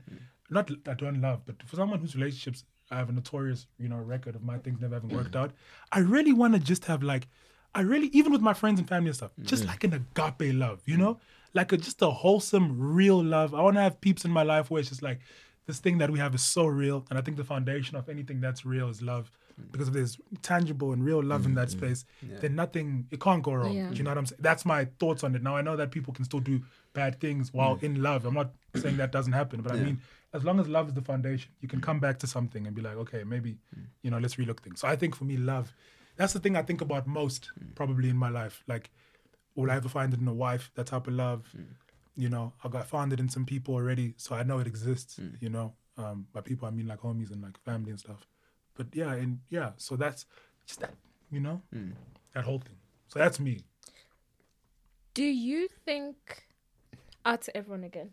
not that I don't love, but for someone whose relationships I have a notorious, you know, record of my things never having worked out, I really want to just have like, I really, even with my friends and family and stuff, just like an agape love, you know? Like a, just a wholesome, real love. I want to have peeps in my life where it's just like, this thing that we have is so real. And I think the foundation of anything that's real is love. Because if there's tangible and real love in that space, then nothing, it can't go wrong.
Yeah.
Do you know what I'm saying? That's my thoughts on it. Now, I know that people can still do bad things while in love. I'm not saying that doesn't happen, but I mean, as long as love is the foundation, you can come back to something and be like, okay, maybe, you know, let's relook things. So I think for me, love, that's the thing I think about most probably in my life. Like, will I ever find it in a wife? That type of love you know, I got found it in some people already, so I know it exists, you know. Um, by people I mean like homies and like family and stuff. But yeah, and yeah, so that's just that, you know, that whole thing. So that's me.
Do you think, out to everyone again,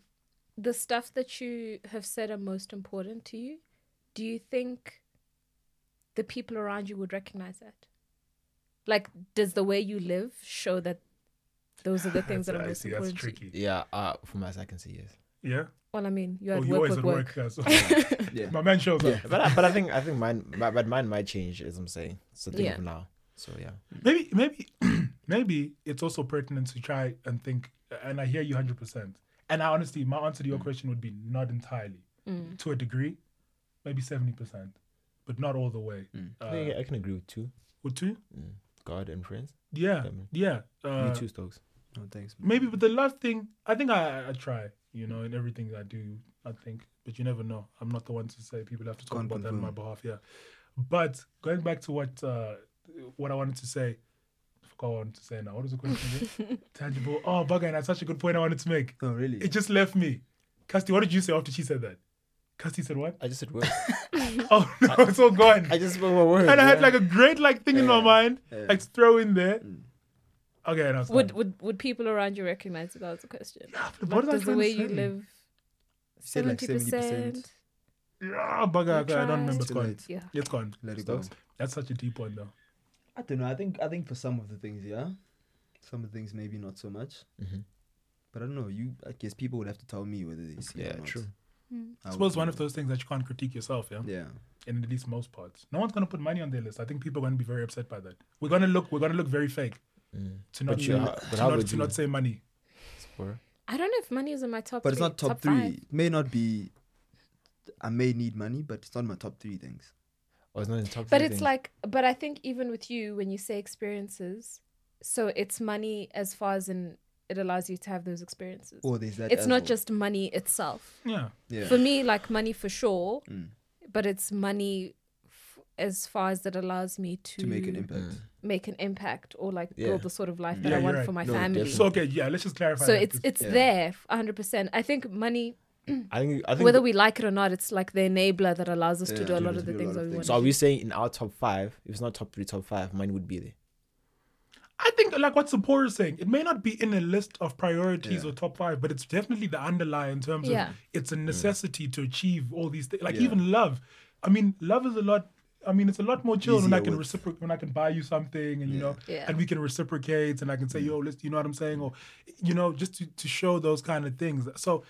the stuff that you have said are most important to you? Do you think the people around you would recognize that? Like, does the way you live show that those are the things that are
<laughs> I
most
see, that's
important to you?
tricky.
Yeah, uh, for myself I can say yes.
Yeah.
Well, I mean, you're at
oh, you
work,
always at
work, work.
work. yeah,
<laughs>
so-
Yeah.
My man shows up.
But I, but I think I think mine but, but mine might change as I'm saying. It's a thing
Yeah.
of now. So yeah.
Maybe, maybe, <clears throat> maybe it's also pertinent to try and think. And I hear you hundred percent. And I honestly, my answer
Mm.
to your question would be not entirely,
Mm.
to a degree, maybe seventy percent, but not all the way.
I,
Uh,
think I can agree with two.
or two?
Mm. God and friends.
Yeah,
Family.
yeah.
Me
Ah. Uh,
too, Stokes.
Oh, thanks. man.
maybe, but the love thing, I think I, I try. You know, in everything I do, I think, but you never know. I'm not the one to say people have to talk
Can't
about that on my
confirm.
behalf. Yeah, but going back to what uh, what I wanted to say, I forgot what I wanted to say now. What was the question? again?
<laughs>
Tangible. Oh, bugger, and that's such a good point I wanted to make.
Oh, really?
It just left me. Casti, what did you say after she said that? Casti said
<laughs>
what?
I just
<laughs>
said words.
Oh no, it's all gone.
I just spoke my words.
and I had
yeah.
like a great like thing in my
Yeah,
mind,
yeah. Mm.
like to throw in there. Okay, and I was
Would
done.
would would people around you recognize that that was a question?
But what
Like,
was I
does the
trying to
way you
say?
live?
said like
Seventy percent.
Yeah, bugger, okay, I don't remember. It's
Too
gone.
late.
Yeah.
It's gone.
Let it go.
Stokes?
That's such a deep one, though.
I don't know. I think I think for some of the things, yeah, some of the things maybe not so much.
Mhm.
But I don't know. You, I guess people would have to tell me whether they see it
Yeah,
or not.
true.
I suppose one of those things that you can't critique yourself, yeah?
Yeah.
In at least most parts. No one's going to put money on their list. I think people are going to be very upset by that. We're going to look, we're going to look very fake
Mm.
to not,
But
say,
you- but
to,
how
not,
would
to
you-
not say money.
Spur.
I don't know if money is in my top.
But it's
three-
not top,
top
three.
five.
It may not be. I may need money, but it's not my top three things.
Oh, it's not in the top
But
three
it's
things.
like, but I think even with you, when you say experiences, so it's money as far as in it allows you to have those experiences.
Or there's that.
it's
as
not
well.
just money itself.
Yeah.
Yeah.
For me, like money for sure,
Mm.
but it's money f- as far as that allows me to,
to make an impact.
Mm.
Mm.
make an impact or like
Yeah.
build the sort of life that
Yeah,
I
you're
want
right.
for my
No,
family.
definitely.
So, okay, yeah, let's just clarify.
So
that,
it's
'cause-
it's
Yeah.
there, hundred percent. I think money,
I think I think
whether we like it or not, it's like the enabler that allows us to
Yeah,
do a
to
lot
do
of the
a
things
lot
that
of
we
things.
want.
so
to
are
do.
we saying in our top five, if it's not top three, top five, mine would be there.
I think, like what Sapor is saying, it may not be in a list of priorities
Yeah.
or top five, but it's definitely the underlying in terms
Yeah.
of it's a necessity to achieve all these things. Like
Yeah.
even love. I mean, love is a lot. I mean, it's a lot more chill when I
Easier
can
with-
reciprocate, when I can buy you something, and you know,
Yeah.
and we can reciprocate, and I
Mm.
can say, yo, let's, you know what I'm saying, or, you know, just to, to show those kind of things. So,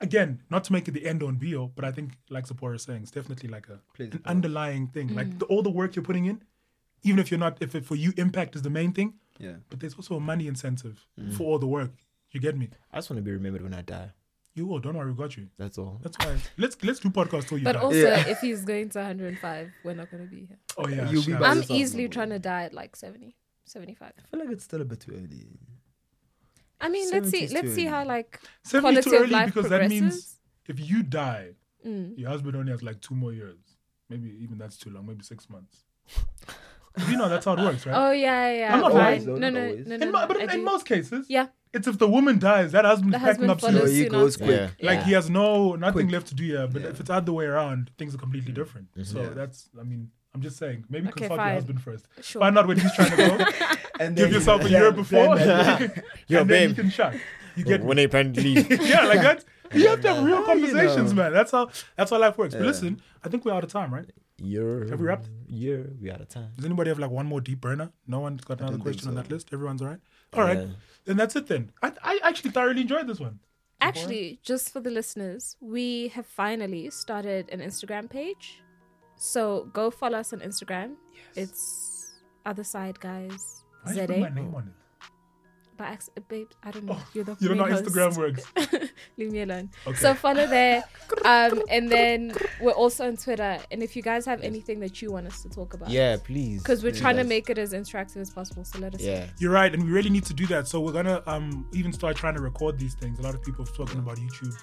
again, not to make it the end on be all, but I think, like Sapor is saying, it's definitely like a
Plays a
an
part.
underlying thing.
Mm.
Like the, all the work you're putting in, even if you're not, if it, for you impact is the main thing,
Yeah.
but there's also a money incentive
Mm.
for all the work. You get me?
I just want to be remembered when I die.
You will. Don't worry, we got you.
That's all.
That's why. let's let's do podcast till you
But
die.
also,
Yeah.
if he's going to 105, we're not going to be here.
oh yeah,
You'll be
shut
By
up.
I'm
yourself,
easily
no way.
trying to die at like 70, 75.
I feel like it's still a bit too early.
I mean,
70
let's see,
is
let's
too
see how
early.
like
70 is
quality
too
of
early
life
because that
progresses.
means if you die,
Mm.
your husband only has like two more years. Maybe even that's too long. Maybe six months. you know that's how it works, right?
Oh yeah, yeah.
I'm not
fine.
always,
though,
no,
not
no,
always.
no, no,
in,
no,
mo- but
I
in,
do.
in most cases,
yeah,
it's if the woman dies, that husband
the
is packing
husband
up
follows
soon.
Yeah, he
soon
goes
after.
quick.
Yeah.
Like he has no nothing
Quick.
left to do here. But
Yeah. Mm-hmm.
if it's other way around, things are completely different. So
Yeah.
that's, I mean, I'm just saying, maybe
Okay,
consult
fine.
your husband first.
Sure.
Find out where he's trying to
<laughs>
go.
And
give yourself a year before.
Yo,
and then you
babe.
can shut. You get
when they plan
<laughs>
to leave.
yeah, like that. You have to have real conversations,
know.
man. That's how that's how life works. But
Yeah.
listen, I think we're out of time, right?
Year.
Have we wrapped?
Year. We out of time.
Does anybody have like one more deep burner? No one's got another
don't think
question on
so.
that list. Everyone's all right. All right,
Yeah.
then that's it. Then I, I actually thoroughly enjoyed this one.
Actually, just for the listeners, we have finally started an Instagram page. So go follow us on Instagram. It's other side guys.
Why did you put my
ZA.
name on it?
But ex- uh, babe, I don't know. You're the
You don't know how
main host.
Instagram works.
Leave me alone.
Okay.
So follow there. Um, and then we're also on Twitter. And if you guys have anything that you want us to talk about,
Yeah, please.
because we're trying to
Yes.
make it as interactive as possible. So let us.
Yeah.
You're right, and we really need to do that. So we're gonna um even start trying to record these things. A lot of people have spoken about YouTube.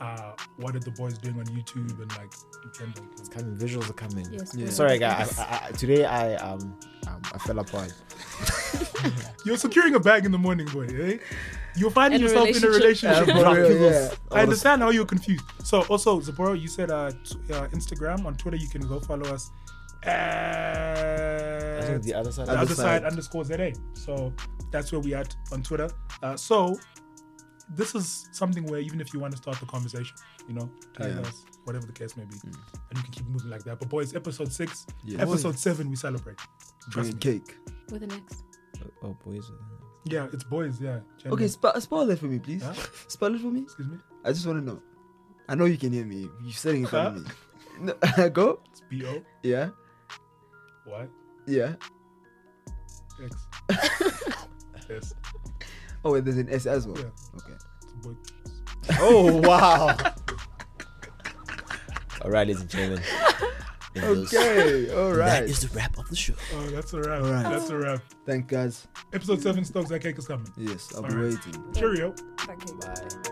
Uh, what are the boys doing on YouTube and like in general.
Coming. Visuals are coming.
Yes.
Yeah.
we're-
Sorry, guys. I, I, I, today I um, um I fell apart.
You're securing a bag in the morning, boy. Eh? You're finding
And a
yourself in a relationship.
relationship.
Yeah, for real,
People's-
yeah.
I understand how you're confused. So, also, Zaporo, you said uh, t- uh, Instagram. On Twitter, you can go follow us
I think
at
the other side.
Uh, the other side
side.
underscore ZA. So, that's where we at on Twitter. Uh, so, this is something where even if you want to start the conversation, you know, tag
Yeah. Mm.
us, whatever the case may be, and you can keep moving like that. But, boys, episode six,
Yeah.
episode seven, we celebrate. Trust
Bringing
me.
cake.
With an X.
Oh, boys.
Yeah, it's boys, yeah. Gender.
Okay, <laughs> sp- spell that for me, please.
Huh?
Spell it for me.
Excuse me.
I just want to know. I know you can hear me. You're sitting in front of me. No, <laughs> go.
It's B O
Yeah.
Y
Yeah.
X. Yes.
Oh, wait, there's an S as well.
Yeah.
Okay.
It's a boy.
Oh wow! All right, ladies and gentlemen. It goes-
Okay. All
That
right.
is the wrap of the show.
Oh, that's a wrap.
Alright.
That's a wrap.
Thank guys.
Episode seven, Stokes. That cake is coming.
Yes, I'll be
Alright.
waiting.
Cheerio.
Thank you.
Bye.